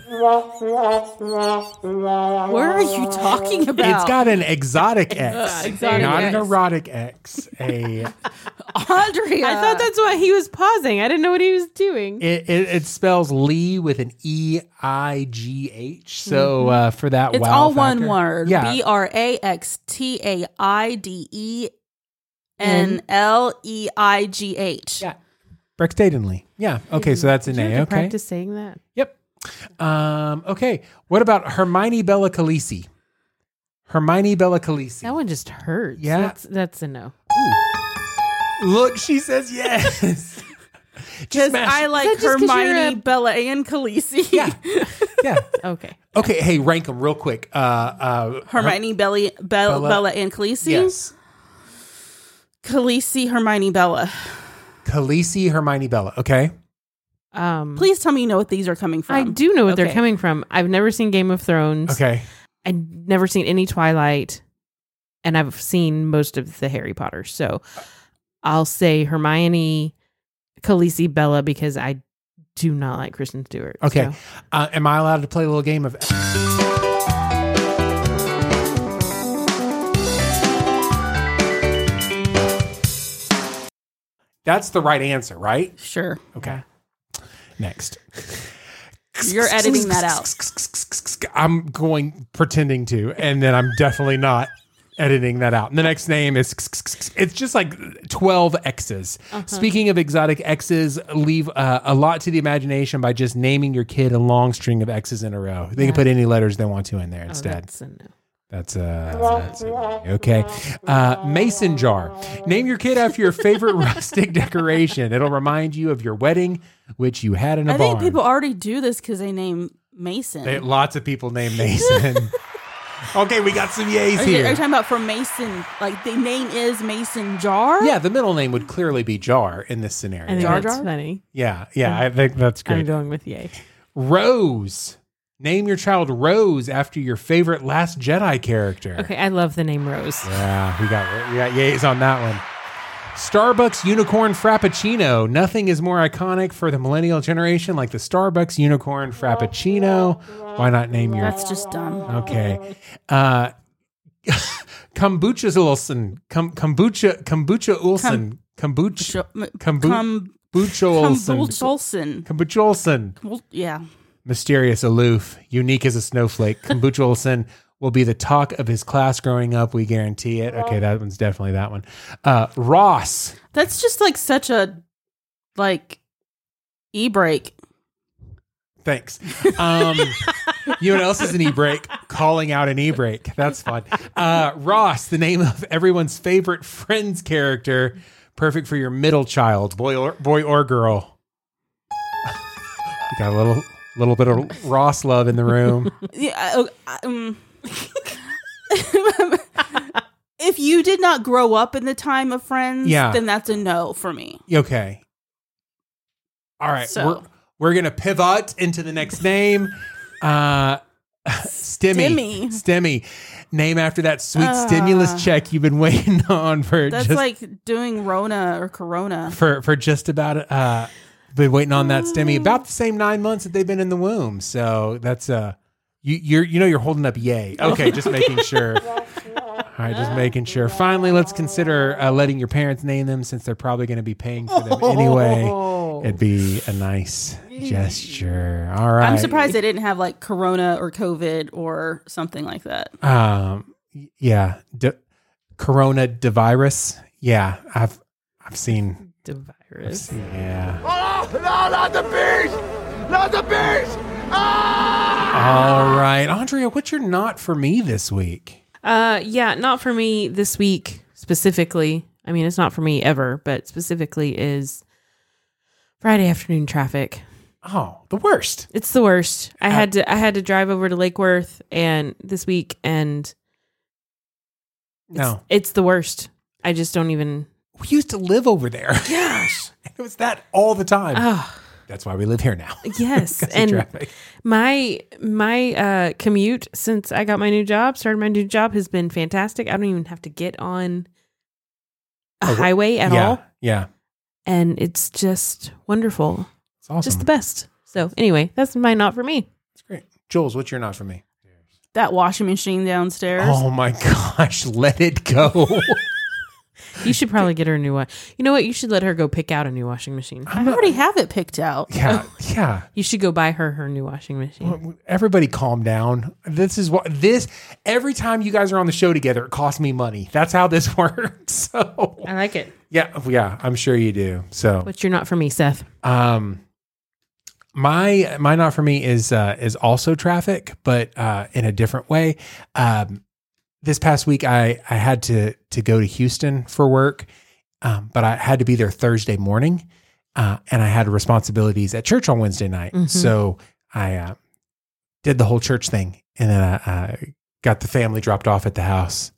[SPEAKER 3] Where are you talking about?
[SPEAKER 1] It's got an exotic X,
[SPEAKER 2] exotic
[SPEAKER 1] not
[SPEAKER 2] X.
[SPEAKER 1] an erotic X. A
[SPEAKER 3] Andrea.
[SPEAKER 2] I thought that's why he was pausing. I didn't know what he was doing.
[SPEAKER 1] it, it, it spells Lee with an E I G H. So uh, for that,
[SPEAKER 3] it's
[SPEAKER 1] wow
[SPEAKER 3] all
[SPEAKER 1] factor-
[SPEAKER 3] one word.
[SPEAKER 1] Yeah,
[SPEAKER 3] B R A X T A I D E N L E I G H.
[SPEAKER 1] yeah. Brextaden Lee. Yeah. Okay, so that's an
[SPEAKER 2] You
[SPEAKER 1] A.
[SPEAKER 2] have to
[SPEAKER 1] Okay.
[SPEAKER 2] practice saying that.
[SPEAKER 1] Yep. Um, okay. What about Hermione Bella Calisi? Hermione Bella Calisi.
[SPEAKER 2] That one just hurts.
[SPEAKER 1] Yeah.
[SPEAKER 2] That's, that's a no.
[SPEAKER 1] Look, she says yes.
[SPEAKER 3] Because
[SPEAKER 1] Just smash
[SPEAKER 3] I
[SPEAKER 1] it.
[SPEAKER 3] like
[SPEAKER 2] Is that just 'cause you're
[SPEAKER 3] Hermione,
[SPEAKER 2] a-
[SPEAKER 3] Bella, and Khaleesi.
[SPEAKER 1] Yeah. Yeah.
[SPEAKER 2] Okay.
[SPEAKER 1] Okay. Hey, rank them real quick. Uh, uh,
[SPEAKER 3] Hermione, Belly, Bell, Bella. and Khaleesi.
[SPEAKER 1] Yes.
[SPEAKER 3] Khaleesi, Hermione, Bella.
[SPEAKER 1] Khaleesi Hermione Bella. Okay.
[SPEAKER 2] Um,
[SPEAKER 3] Please tell me you know what these are coming from.
[SPEAKER 2] I do know what they're
[SPEAKER 3] Okay.
[SPEAKER 2] coming from. I've never seen Game of Thrones.
[SPEAKER 1] Okay.
[SPEAKER 2] I've never seen any Twilight, and I've seen most of the Harry Potter. So I'll say Hermione, Khaleesi, Bella because I do not like Kristen Stewart.
[SPEAKER 1] Okay.
[SPEAKER 2] So.
[SPEAKER 1] Uh, am I allowed to play a little game of. That's the right answer, right?
[SPEAKER 3] Sure.
[SPEAKER 1] Okay. Next.
[SPEAKER 3] You're editing that out.
[SPEAKER 1] I'm going pretending to, and then I'm definitely not editing that out. And the next name is it's just like 12 X's.
[SPEAKER 3] Uh-huh.
[SPEAKER 1] Speaking of exotic X's, leave uh, a lot to the imagination by just naming your kid a long string of X's in a row. They can put any letters they want to in there
[SPEAKER 2] Oh,
[SPEAKER 1] instead.
[SPEAKER 2] that's a no.
[SPEAKER 1] That's uh that's a- okay. Uh, mason jar. Name your kid after your favorite rustic decoration. It'll remind you of your wedding, which you had in a
[SPEAKER 3] I
[SPEAKER 1] barn.
[SPEAKER 3] think people already do this because they name Mason.
[SPEAKER 1] They- lots of people named Mason. okay, we got some yays
[SPEAKER 3] Are you, are you
[SPEAKER 1] here.
[SPEAKER 3] talking about from Mason? Like the name is Mason Jar?
[SPEAKER 1] Yeah, the middle name would clearly be Jar in this
[SPEAKER 2] I think
[SPEAKER 1] scenario.
[SPEAKER 3] Jar
[SPEAKER 2] that's
[SPEAKER 3] Jar?
[SPEAKER 2] funny.
[SPEAKER 1] Yeah, yeah, I think that's
[SPEAKER 2] I'm
[SPEAKER 1] good.
[SPEAKER 2] going with yay.
[SPEAKER 1] Rose. Name your child Rose after your favorite Last Jedi character.
[SPEAKER 2] Okay, I love the name Rose.
[SPEAKER 1] Yeah, we got we got yays on that one. Starbucks unicorn frappuccino. Nothing is more iconic for the millennial generation like the Starbucks unicorn frappuccino. Why not name your
[SPEAKER 3] That's just dumb.
[SPEAKER 1] Okay. Uh kombucha Olson. Com- kombucha kombucha Olson. kombucha kombucha
[SPEAKER 3] Come,
[SPEAKER 1] Olson.
[SPEAKER 3] Olson.
[SPEAKER 1] Kombucha Olson.
[SPEAKER 3] Well, yeah.
[SPEAKER 1] Mysterious, aloof, unique as a snowflake, Kombucha Olson will be the talk of his class growing up. We guarantee it. Okay, that one's definitely that one. Uh, Ross.
[SPEAKER 3] That's just like such a like e break.
[SPEAKER 1] Thanks. Um, you know what else is an e break? Calling out an e break. That's fun. Uh, Ross, the name of everyone's favorite friend's character, perfect for your middle child, boy or boy or girl. you got a little little bit of Ross love in the room.
[SPEAKER 3] Yeah. I- I- um. if you did not grow up in the time of Friends,
[SPEAKER 1] Yeah.
[SPEAKER 3] then that's a no for me.
[SPEAKER 1] Okay. All right.
[SPEAKER 3] So-
[SPEAKER 1] We're we're gonna pivot into the next name. Uh Stimmy.
[SPEAKER 3] Stimmy. Ah.
[SPEAKER 1] Stimmy. name after that sweet stimulus check you've been waiting on for
[SPEAKER 3] That's
[SPEAKER 1] just
[SPEAKER 3] like doing Rona or Corona.
[SPEAKER 1] for for just about uh been waiting on that stimmy
[SPEAKER 3] Mm.
[SPEAKER 1] about the same nine months that they've been in the womb. So that's uh you you're you know you're holding up yay. Okay, just making sure. All right, just making sure. Finally, let's consider uh, letting your parents name them since they're probably going to be paying for them anyway. It'd be a nice gesture. All right.
[SPEAKER 3] Oh. I'm surprised they didn't have like Corona or COVID or something like that.
[SPEAKER 1] Um, y- yeah, D- Corona the virus. Yeah, I've I've seen.
[SPEAKER 2] The virus.
[SPEAKER 1] Yeah.
[SPEAKER 6] Oh, no, not the bees! Not the bees! Ah!
[SPEAKER 1] All right, Andrea, what's your not for me this week?
[SPEAKER 2] Uh, yeah, not for me this week specifically. I mean, it's not for me ever, but specifically is Friday afternoon traffic.
[SPEAKER 1] Oh, the worst.
[SPEAKER 2] It's the worst. I had to I had to drive over to Lake Worth and this week and
[SPEAKER 1] No,
[SPEAKER 2] it's the worst. I just don't even
[SPEAKER 1] we used to live over there. Gosh, it was that all the time.
[SPEAKER 2] Oh,
[SPEAKER 1] That's why we live here now. 'Cause
[SPEAKER 2] yes.
[SPEAKER 1] of
[SPEAKER 2] and
[SPEAKER 1] traffic.
[SPEAKER 2] my my uh commute since I got my new job, started my new job has been fantastic. I don't even have to get on a
[SPEAKER 1] Oh, wh-
[SPEAKER 2] highway at
[SPEAKER 1] yeah,
[SPEAKER 2] all
[SPEAKER 1] yeah,
[SPEAKER 2] and it's just wonderful.
[SPEAKER 1] it's awesome.
[SPEAKER 2] just the best. So anyway, that's my not for me.
[SPEAKER 1] it's great. Jules, what's your not for me?
[SPEAKER 3] That washing machine downstairs.
[SPEAKER 1] Oh my gosh, let it go.
[SPEAKER 2] You should probably get her a new one. You know what? You should let her go pick out a new washing machine.
[SPEAKER 3] I already have it picked out.
[SPEAKER 1] yeah, yeah.
[SPEAKER 2] You should go buy her her new washing machine.
[SPEAKER 1] Everybody calm down. This is what this every time you guys are on the show together, it costs me money. That's how this works. So
[SPEAKER 2] I like it.
[SPEAKER 1] yeah, yeah, I'm sure you do. So
[SPEAKER 2] But you're not for me, Seth.
[SPEAKER 1] um my my not for me is uh is also traffic, but uh in a different way. Um this past week I I had to to go to Houston for work. Um, but I had to be there Thursday morning, uh, and I had responsibilities at church on Wednesday night.
[SPEAKER 2] Mhm.
[SPEAKER 1] So I uh, did the whole church thing, and then I, I got the family dropped off at the house,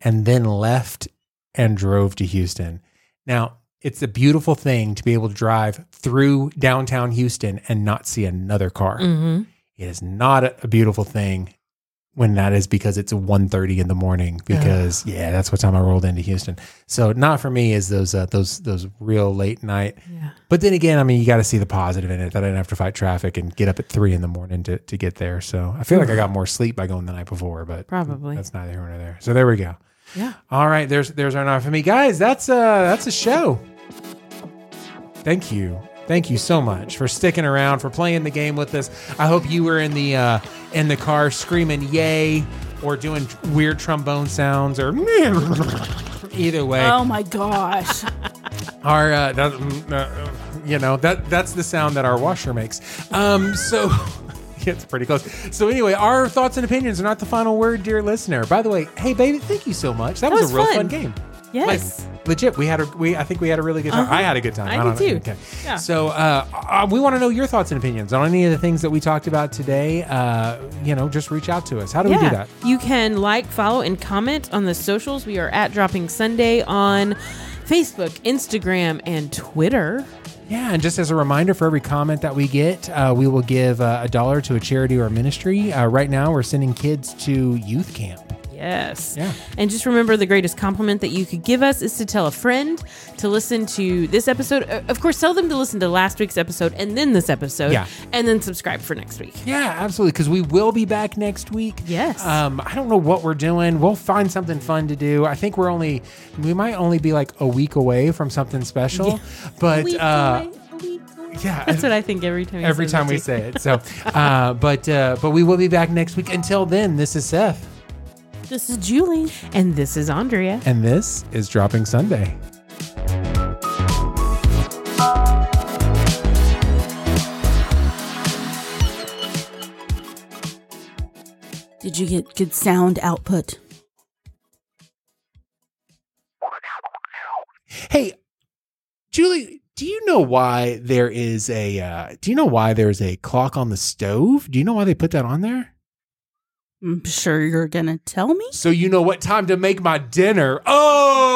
[SPEAKER 1] and then left and drove to Houston. Now it's a beautiful thing to be able to drive through downtown Houston and not see another car.
[SPEAKER 2] Mm-hmm.
[SPEAKER 1] It is not a- a beautiful thing when that is because it's 1.30 in the morning because yeah that's what time i rolled into houston so not for me is those uh, those those real late night
[SPEAKER 2] Yeah.
[SPEAKER 1] but then again i mean you got to see the positive in it that i didn't have to fight traffic and get up at three in the morning to, to get there so i feel like i got more sleep by going the night before but
[SPEAKER 2] Probably.
[SPEAKER 1] that's neither here nor there so there we go
[SPEAKER 2] Yeah.
[SPEAKER 1] all right there's there's our not for me guys that's uh that's a show thank you thank you so much for sticking around for playing the game with us i hope you were in the uh in the car screaming yay or doing weird trombone sounds or either way
[SPEAKER 3] Oh my gosh.
[SPEAKER 1] our uh, that, mm, uh, you know that that's the sound that our washer makes um so yeah, it's pretty close so anyway our thoughts and opinions are not the final word dear listener by the way hey baby thank you so much that,
[SPEAKER 2] That
[SPEAKER 1] was,
[SPEAKER 2] was
[SPEAKER 1] a real fun,
[SPEAKER 2] fun.
[SPEAKER 1] game
[SPEAKER 2] Yes. Uh-huh.
[SPEAKER 1] like, legit we had a we i think we had a really good time i had a good time
[SPEAKER 2] I
[SPEAKER 1] don't
[SPEAKER 2] did
[SPEAKER 1] know.
[SPEAKER 2] too.
[SPEAKER 1] okay
[SPEAKER 2] Yeah.
[SPEAKER 1] so uh, uh, we want to know your thoughts and opinions on any of the things that we talked about today uh you know just reach out to us how do we do that
[SPEAKER 2] You can like, follow, and comment on the socials. We are at Dropping Sunday on Facebook, Instagram, and Twitter.
[SPEAKER 1] Yeah, and just as a reminder, for every comment that we get, uh, we will give uh, a dollar to a charity or a ministry. Uh, right now, we're sending kids to youth camp.
[SPEAKER 2] Yes.
[SPEAKER 1] Yeah.
[SPEAKER 2] And just remember the greatest compliment that you could give us is to tell a friend to listen to this episode. Uh, Of course, tell them to listen to last week's episode and then this episode.
[SPEAKER 1] Yeah.
[SPEAKER 2] And then subscribe for next week.
[SPEAKER 1] Yeah, absolutely. Because we will be back next week.
[SPEAKER 2] Yes.
[SPEAKER 1] Um, I don't know what we're doing. We'll find something fun to do. I think we're only, we might only be like a week away from something special. But uh, yeah,
[SPEAKER 2] That's what I think every time. he
[SPEAKER 1] every
[SPEAKER 2] says
[SPEAKER 1] time
[SPEAKER 2] it
[SPEAKER 1] we
[SPEAKER 2] too.
[SPEAKER 1] say it. So, uh, but uh, but we will be back next week. Until then, this is Seth,
[SPEAKER 3] this is Julie.
[SPEAKER 2] And this is Andrea.
[SPEAKER 1] and this is Dropping Sunday.
[SPEAKER 3] Did you get good sound output?
[SPEAKER 1] Hey, Julie, do you know why there is a uh, do you know why there's a clock on the stove? Do you know why they put that on there?
[SPEAKER 3] I'm Mm, sure you're going to tell me.
[SPEAKER 1] So you know what time to make my dinner. Oh,